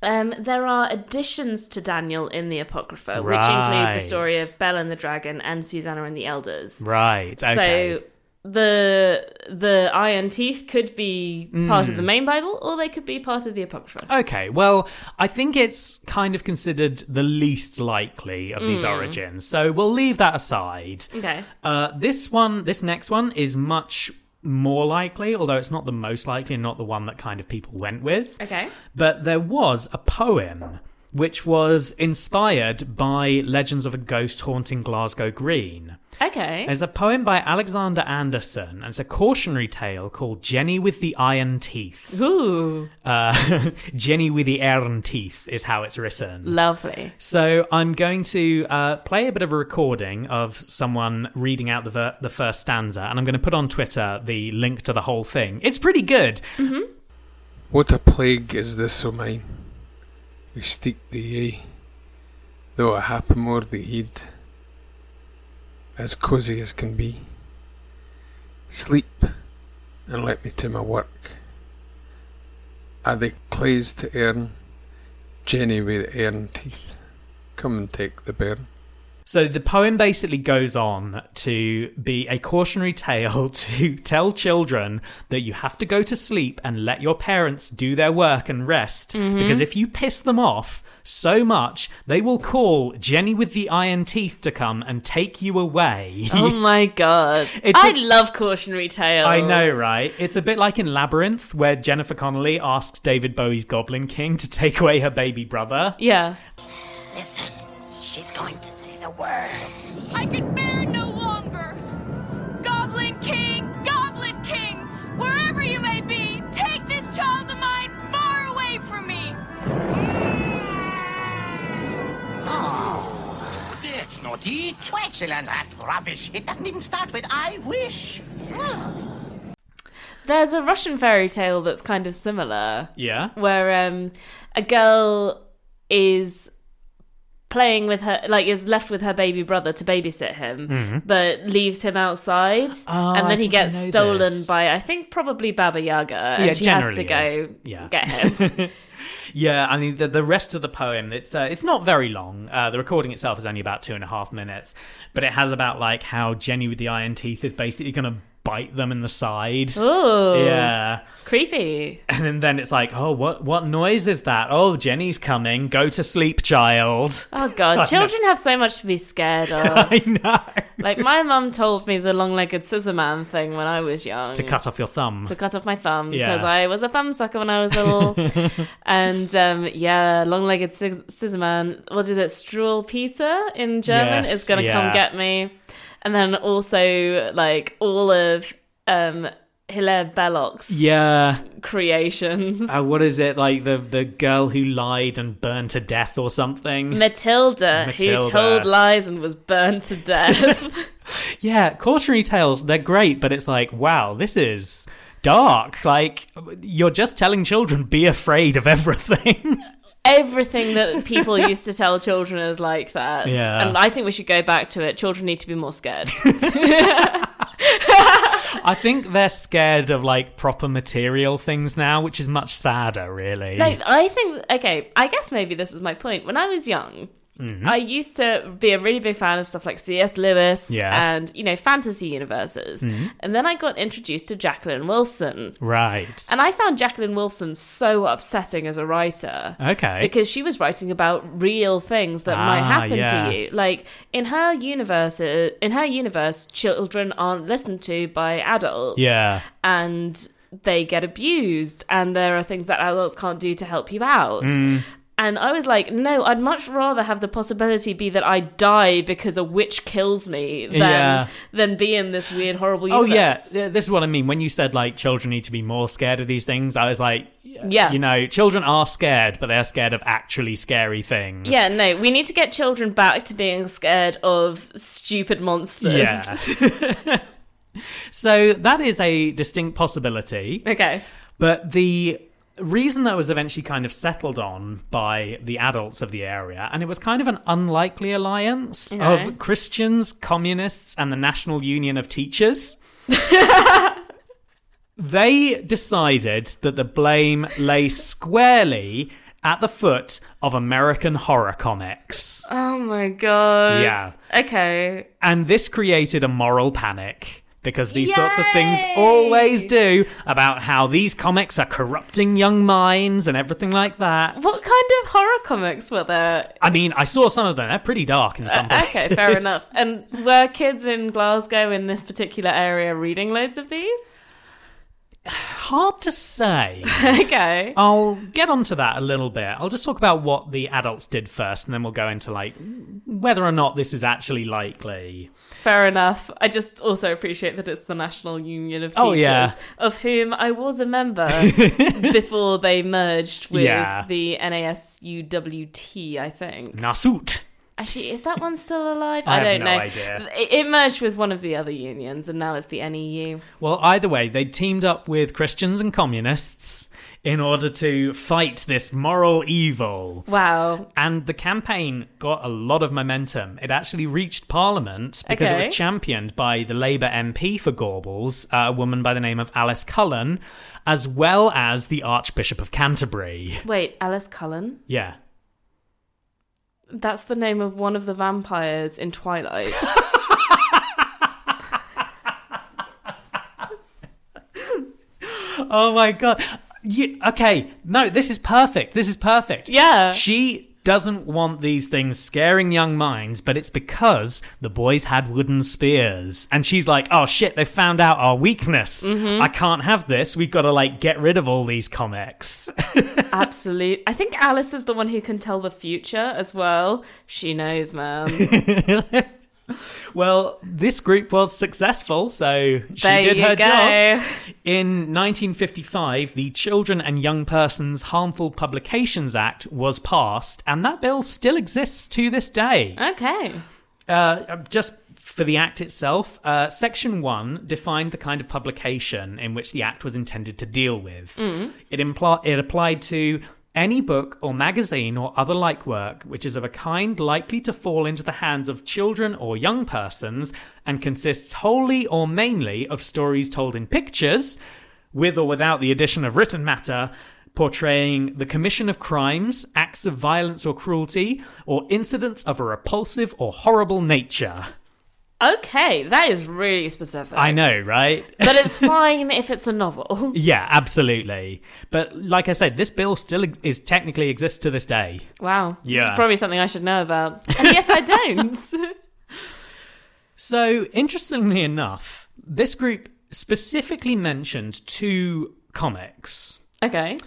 [SPEAKER 2] Um, there are additions to Daniel in the Apocrypha, which include
[SPEAKER 1] Right.
[SPEAKER 2] the story of Bel and the Dragon and Susanna and the Elders.
[SPEAKER 1] Right. Okay.
[SPEAKER 2] So the the Iron Teeth could be part of
[SPEAKER 1] Hmm.
[SPEAKER 2] the main Bible, or they could be part of the Apocrypha.
[SPEAKER 1] Okay, well, I think it's kind of considered the least likely of these origins, so we'll leave that aside.
[SPEAKER 2] Okay.
[SPEAKER 1] Uh, this one, this next one, is much more likely, although it's not the most likely and not the one that kind of people went with.
[SPEAKER 2] Okay.
[SPEAKER 1] But there was a poem which was inspired by legends of a ghost haunting Glasgow Green.
[SPEAKER 2] Okay.
[SPEAKER 1] There's a poem by Alexander Anderson, and it's a cautionary tale called Jenny with the Iron Teeth.
[SPEAKER 2] Ooh,
[SPEAKER 1] Uh, [laughs] Jenny with the iron teeth is how it's written.
[SPEAKER 2] lovely.
[SPEAKER 1] So I'm going to uh, play a bit of a recording of someone reading out the ver- the first stanza, and I'm going to put on Twitter the link to the whole thing. It's pretty good.
[SPEAKER 3] What a plague is this o' mine? We steep the eye, though a hap more the heed, as cosy as can be. Sleep, and let me to my work. I the clays to earn, Jenny with iron teeth, come and take the bairn.
[SPEAKER 1] So the poem basically goes on to be a cautionary tale [laughs] to tell children that you have to go to sleep and let your parents do their work and rest because if you piss them off so much, they will call Jenny with the iron teeth to come and take you away.
[SPEAKER 2] Oh my god! I
[SPEAKER 1] It's a-
[SPEAKER 2] love cautionary
[SPEAKER 1] [laughs]
[SPEAKER 2] tales.
[SPEAKER 1] I know, right? It's a bit like in Labyrinth, where Jennifer Connelly asks David Bowie's Goblin King to take away her baby brother.
[SPEAKER 2] Yeah.
[SPEAKER 4] Listen, she's going to say the word.
[SPEAKER 5] I can bear no longer. Goblin King, Goblin King, wherever you may be, take this child of mine far away from me.
[SPEAKER 6] That's not it.
[SPEAKER 4] Wait till and that rubbish. It doesn't even start with I wish.
[SPEAKER 2] There's a Russian fairy tale that's kind of similar.
[SPEAKER 1] Yeah.
[SPEAKER 2] where um a girl is playing with her like is left with her baby brother to babysit him but leaves him outside
[SPEAKER 1] Mm-hmm. Oh,
[SPEAKER 2] and
[SPEAKER 1] I
[SPEAKER 2] then he
[SPEAKER 1] think I
[SPEAKER 2] gets
[SPEAKER 1] know
[SPEAKER 2] stolen
[SPEAKER 1] this.
[SPEAKER 2] by i think probably baba yaga and
[SPEAKER 1] Yeah,
[SPEAKER 2] she has
[SPEAKER 1] generally
[SPEAKER 2] to go
[SPEAKER 1] is. Yeah.
[SPEAKER 2] get
[SPEAKER 1] [laughs]
[SPEAKER 2] him
[SPEAKER 1] Yeah, I mean the the rest of the poem. It's uh, it's not very long. Uh, the recording itself is only about two and a half minutes, but it has about like how Jenny with the iron teeth is basically going to bite them in the side.
[SPEAKER 2] Ooh,
[SPEAKER 1] Yeah.
[SPEAKER 2] creepy.
[SPEAKER 1] And then- then it's like, oh, what what noise is that? Oh, Jenny's coming. Go to sleep, child. [laughs]
[SPEAKER 2] Oh god, children have so much to be scared of.
[SPEAKER 1] I know.
[SPEAKER 2] like my mum told me the long-legged scissor man thing when I was young.
[SPEAKER 1] to cut off your thumb.
[SPEAKER 2] to cut off my thumb
[SPEAKER 1] Yeah.
[SPEAKER 2] because I was a thumb sucker when I was
[SPEAKER 1] [laughs]
[SPEAKER 2] little. and um, yeah, long legged scissor man, what is it, Strahl Peter in German
[SPEAKER 1] Yes,
[SPEAKER 2] is going to
[SPEAKER 1] yeah.
[SPEAKER 2] come get me. And then also, like, all of um, Hilaire Belloc's
[SPEAKER 1] yeah.
[SPEAKER 2] creations.
[SPEAKER 1] Uh, what is it like the the girl who lied and burned to death or something?
[SPEAKER 2] Matilda,
[SPEAKER 1] Matilda.
[SPEAKER 2] who told lies and was burned to
[SPEAKER 1] [laughs]
[SPEAKER 2] death.
[SPEAKER 1] Yeah, cautionary tales. They're great, but it's like, wow, this is dark. Like you're just telling children be afraid of everything. [laughs]
[SPEAKER 2] Everything that people used to tell children is like that.
[SPEAKER 1] Yeah.
[SPEAKER 2] And I think we should go back to it. Children need to be more
[SPEAKER 1] [laughs]
[SPEAKER 2] scared.
[SPEAKER 1] I think they're scared of like proper material things now, which is much sadder, really.
[SPEAKER 2] Like, I think, okay, I guess maybe this is my point. When I was young,
[SPEAKER 1] Mm-hmm.
[SPEAKER 2] I used to be a really big fan of stuff like C.S. Lewis
[SPEAKER 1] Yeah. Mm-hmm.
[SPEAKER 2] and, you know, fantasy universes. And then I got introduced to Jacqueline Wilson.
[SPEAKER 1] right.
[SPEAKER 2] And I found Jacqueline Wilson so upsetting as a writer.
[SPEAKER 1] Okay.
[SPEAKER 2] um, Because she was writing about real things that might
[SPEAKER 1] Ah,
[SPEAKER 2] happen
[SPEAKER 1] yeah.
[SPEAKER 2] to you. Like in her universe, uh, in her universe, children aren't listened to by adults
[SPEAKER 1] yeah.
[SPEAKER 2] and they get abused and there are things that adults can't do to help you out
[SPEAKER 1] Mm.
[SPEAKER 2] and i was like no i'd much rather have the possibility be that i die because a witch kills me than
[SPEAKER 1] Yeah.
[SPEAKER 2] than be in this weird horrible
[SPEAKER 1] Oh
[SPEAKER 2] universe.
[SPEAKER 1] yeah, th- this is what I mean. When you said like children need to be more scared of these things, I was like,
[SPEAKER 2] Yeah.
[SPEAKER 1] you know, children are scared, but they're scared of actually scary things.
[SPEAKER 2] yeah no we need to get children back to being scared of stupid monsters
[SPEAKER 1] yeah. [laughs] so that is a distinct possibility,
[SPEAKER 2] [laughs] okay
[SPEAKER 1] but the reason that was eventually kind of settled on by the adults of the area and it was kind of an unlikely alliance
[SPEAKER 2] Okay.
[SPEAKER 1] of Christians, communists and the National Union of Teachers. they decided that the blame lay squarely at the foot of American horror comics.
[SPEAKER 2] oh my god
[SPEAKER 1] Yeah.
[SPEAKER 2] okay
[SPEAKER 1] And this created a moral panic because these sorts of
[SPEAKER 2] Yay!
[SPEAKER 1] things always do about how these comics are corrupting young minds and everything like that.
[SPEAKER 2] what kind of horror comics were there
[SPEAKER 1] I mean, I saw some of them. They're pretty dark in some places.
[SPEAKER 2] Uh, Okay, fair enough. And were kids in Glasgow in this particular area reading loads of these?
[SPEAKER 1] [laughs]
[SPEAKER 2] [laughs]
[SPEAKER 1] Hard to say.
[SPEAKER 2] Okay.
[SPEAKER 1] I'll get onto that a little bit. I'll just talk about what the adults did first, and then we'll go into like whether or not this is actually likely.
[SPEAKER 2] Fair enough. I just also appreciate that it's the National Union of Teachers,
[SPEAKER 1] Oh, yeah.
[SPEAKER 2] of whom I was
[SPEAKER 1] [laughs]
[SPEAKER 2] a member before they merged with
[SPEAKER 1] Yeah.
[SPEAKER 2] the NASUWT, I think.
[SPEAKER 1] Nasut.
[SPEAKER 2] Actually, is that one still alive?
[SPEAKER 1] I
[SPEAKER 2] I,
[SPEAKER 1] have
[SPEAKER 2] don't
[SPEAKER 1] no
[SPEAKER 2] know.
[SPEAKER 1] idea.
[SPEAKER 2] It, it merged with one of the other unions, and now it's the E NEU.
[SPEAKER 1] Well, either way, they teamed up with Christians and communists in order to fight this moral evil.
[SPEAKER 2] Wow.
[SPEAKER 1] And the campaign got a lot of momentum. It actually reached Parliament because it was
[SPEAKER 2] Okay.
[SPEAKER 1] championed by the Labour MP for Gorbals, uh, a woman by the name of Alice Cullen, as well as the Archbishop of Canterbury. [laughs]
[SPEAKER 2] Wait, Alice Cullen?
[SPEAKER 1] Yeah.
[SPEAKER 2] That's the name of one of the vampires
[SPEAKER 1] [laughs]
[SPEAKER 2] in Twilight.
[SPEAKER 1] Oh my God. You, okay. No, this is perfect. This is perfect.
[SPEAKER 2] Yeah.
[SPEAKER 1] She doesn't want these things scaring young minds, but it's because the boys had wooden spears. And she's like, oh shit, they found out our weakness.
[SPEAKER 2] Mm-hmm.
[SPEAKER 1] I can't have this. We've got to like get rid of all these comics. [laughs]
[SPEAKER 2] Absolute. I think Alice is the one who can tell the future as well. She
[SPEAKER 1] [laughs]
[SPEAKER 2] knows, man.
[SPEAKER 1] Well, this group was successful, so she
[SPEAKER 2] There
[SPEAKER 1] did
[SPEAKER 2] you
[SPEAKER 1] her
[SPEAKER 2] go.
[SPEAKER 1] job. In 1955, the Children and Young Persons Harmful Publications Act was passed, and that bill still exists to this day.
[SPEAKER 2] Okay.
[SPEAKER 1] Uh, just for the act itself, uh, Section 1 defined the kind of publication in which the act was intended to deal with. It, impl- it applied to any book or magazine or other like work which is of a kind likely to fall into the hands of children or young persons and consists wholly or mainly of stories told in pictures, with or without the addition of written matter, portraying the commission of crimes, acts of violence or cruelty, or incidents of a repulsive or horrible nature.
[SPEAKER 2] Okay, that is really specific.
[SPEAKER 1] I know, right?
[SPEAKER 2] [laughs]
[SPEAKER 1] [laughs]
[SPEAKER 2] But it's fine if it's a novel.
[SPEAKER 1] yeah, absolutely. But like I said, this bill still ex- is technically exists to this day.
[SPEAKER 2] Wow. This
[SPEAKER 1] Yeah.
[SPEAKER 2] is probably something I should know about. And yet I don't.
[SPEAKER 1] [laughs] So, interestingly enough, this group specifically mentioned two comics.
[SPEAKER 2] okay.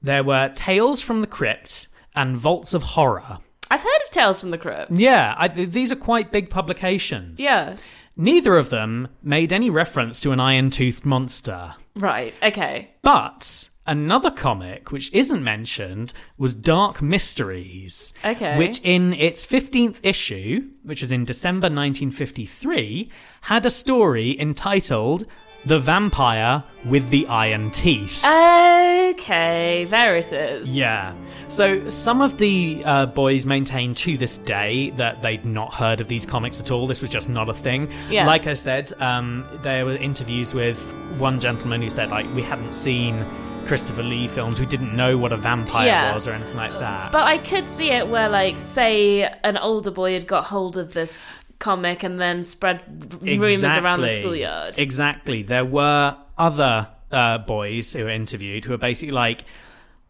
[SPEAKER 1] There were Tales from the Crypt and Vaults of Horror.
[SPEAKER 2] I've heard of Tales from the Crypt.
[SPEAKER 1] Yeah, I, th- these are quite big publications.
[SPEAKER 2] Yeah.
[SPEAKER 1] Neither of them made any reference to an iron toothed monster.
[SPEAKER 2] Right. Okay.
[SPEAKER 1] But another comic which isn't mentioned was Dark Mysteries.
[SPEAKER 2] Okay.
[SPEAKER 1] Which, in its 15th issue, which was in December 1953, had a story entitled The Vampire with the Iron Teeth.
[SPEAKER 2] Okay. There it is.
[SPEAKER 1] Yeah. So some of the uh, boys maintain to this day that they'd not heard of these comics at all. This was just not a thing.
[SPEAKER 2] Yeah.
[SPEAKER 1] Like I said, um, there were interviews with one gentleman who said, like, we hadn't seen Christopher Lee films. We didn't know what a vampire
[SPEAKER 2] Yeah.
[SPEAKER 1] was or anything like that.
[SPEAKER 2] But I could see it where, like, say, an older boy had got hold of this comic and then spread rumors around the
[SPEAKER 1] Exactly.
[SPEAKER 2] schoolyard.
[SPEAKER 1] Exactly. There were other uh, boys who were interviewed who were basically like,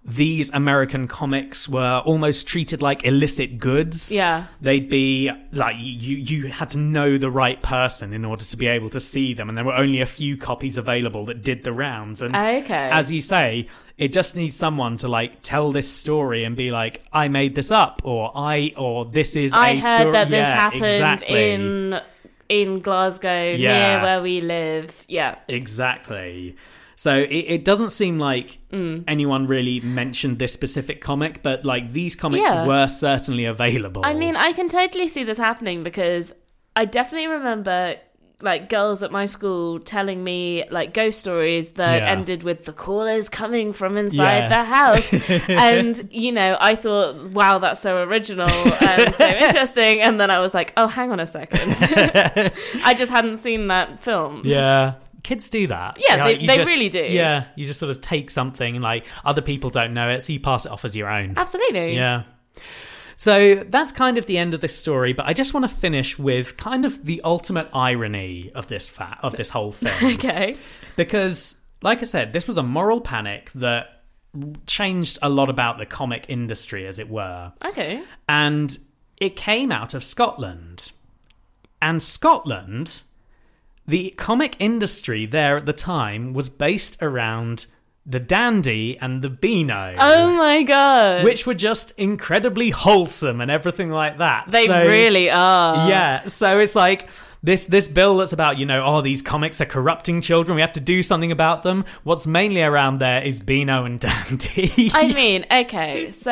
[SPEAKER 1] these American comics were almost treated like illicit goods.
[SPEAKER 2] Yeah.
[SPEAKER 1] They'd be like, you, you had to know the right person in order to be able to see them. And there were only a few copies available that did the rounds. And
[SPEAKER 2] Okay.
[SPEAKER 1] as you say, it just needs someone to like tell this story and be like, I made this up, or I, or this is
[SPEAKER 2] I
[SPEAKER 1] a
[SPEAKER 2] heard
[SPEAKER 1] story.
[SPEAKER 2] that this
[SPEAKER 1] Yeah,
[SPEAKER 2] happened
[SPEAKER 1] exactly.
[SPEAKER 2] in in Glasgow, near
[SPEAKER 1] Yeah.
[SPEAKER 2] where we live. Yeah.
[SPEAKER 1] Exactly. So it, it doesn't seem like
[SPEAKER 2] Mm.
[SPEAKER 1] anyone really mentioned this specific comic, but like these comics
[SPEAKER 2] Yeah.
[SPEAKER 1] were certainly available.
[SPEAKER 2] I mean, I can totally see this happening because I definitely remember like girls at my school telling me like ghost stories that
[SPEAKER 1] Yeah.
[SPEAKER 2] ended with the callers coming from inside
[SPEAKER 1] Yes. [laughs]
[SPEAKER 2] the house and you know i thought wow that's so original and
[SPEAKER 1] [laughs]
[SPEAKER 2] so interesting and then i was like oh hang on a second i just hadn't seen that film
[SPEAKER 1] yeah. Kids do that.
[SPEAKER 2] Yeah, they-
[SPEAKER 1] you
[SPEAKER 2] they really do.
[SPEAKER 1] Yeah, you just sort of take something and like other people don't know it, so you pass it off as your own.
[SPEAKER 2] absolutely
[SPEAKER 1] Yeah. So that's kind of the end of this story, but I just want to finish with kind of the ultimate irony of this fa- of this whole thing.
[SPEAKER 2] [laughs] okay
[SPEAKER 1] because like i said this was a moral panic that changed a lot about the comic industry as it were
[SPEAKER 2] okay
[SPEAKER 1] and it came out of scotland and scotland the comic industry there at the time was based around the dandy and the beano
[SPEAKER 2] oh my god
[SPEAKER 1] which were just incredibly wholesome and everything like that
[SPEAKER 2] they
[SPEAKER 1] So-
[SPEAKER 2] really are
[SPEAKER 1] yeah, so it's like this this bill that's about you know oh these comics are corrupting children. We have to do something about them. What's mainly around there is Beano and [laughs] Dandy.
[SPEAKER 2] [laughs] I mean, okay, so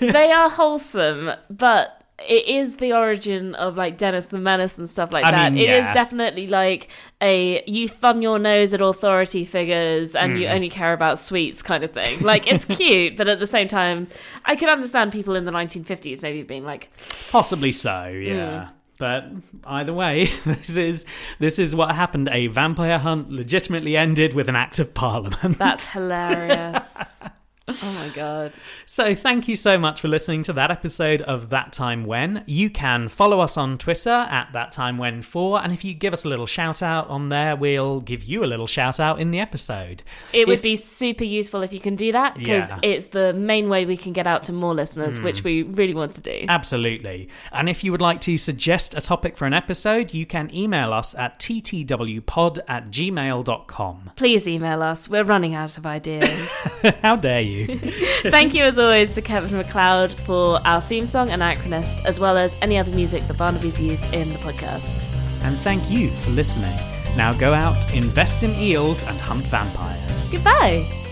[SPEAKER 2] they are wholesome, but it is the origin of like Dennis the Menace and stuff like
[SPEAKER 1] I
[SPEAKER 2] that.
[SPEAKER 1] mean,
[SPEAKER 2] It is
[SPEAKER 1] yeah.
[SPEAKER 2] definitely like a you thumb your nose at authority figures and
[SPEAKER 1] Hmm.
[SPEAKER 2] you only care about sweets kind of thing. Like it's cute, but at the same time, I can understand people in the 1950s maybe being like,
[SPEAKER 1] Possibly so,
[SPEAKER 2] Mm.
[SPEAKER 1] yeah. But either way, [laughs] this is this is what happened. A vampire hunt legitimately ended with an act of parliament. [laughs]
[SPEAKER 2] "That's hilarious." oh my god.
[SPEAKER 1] So, thank you so much for listening to that episode of That Time When. You can follow us on Twitter at That Time When 4, and if you give us a little shout out on there, we'll give you a little shout out in the episode.
[SPEAKER 2] It would
[SPEAKER 1] If-
[SPEAKER 2] be super useful if you can do that because
[SPEAKER 1] Yeah. Hmm.
[SPEAKER 2] it's the main way we can get out to more listeners, which we really want to do.
[SPEAKER 1] Absolutely. And if you would like to suggest a topic for an episode, you can email us at ttwpod at gmail.com.
[SPEAKER 2] Please email us. We're running out of ideas.
[SPEAKER 1] How dare you?
[SPEAKER 2] Thank you, as always, to Kevin McLeod for our theme song, Anachronist, as well as any other music that Barnaby's used in the podcast.
[SPEAKER 1] and thank you for listening. Now go out, invest in eels, and hunt vampires.
[SPEAKER 2] Goodbye.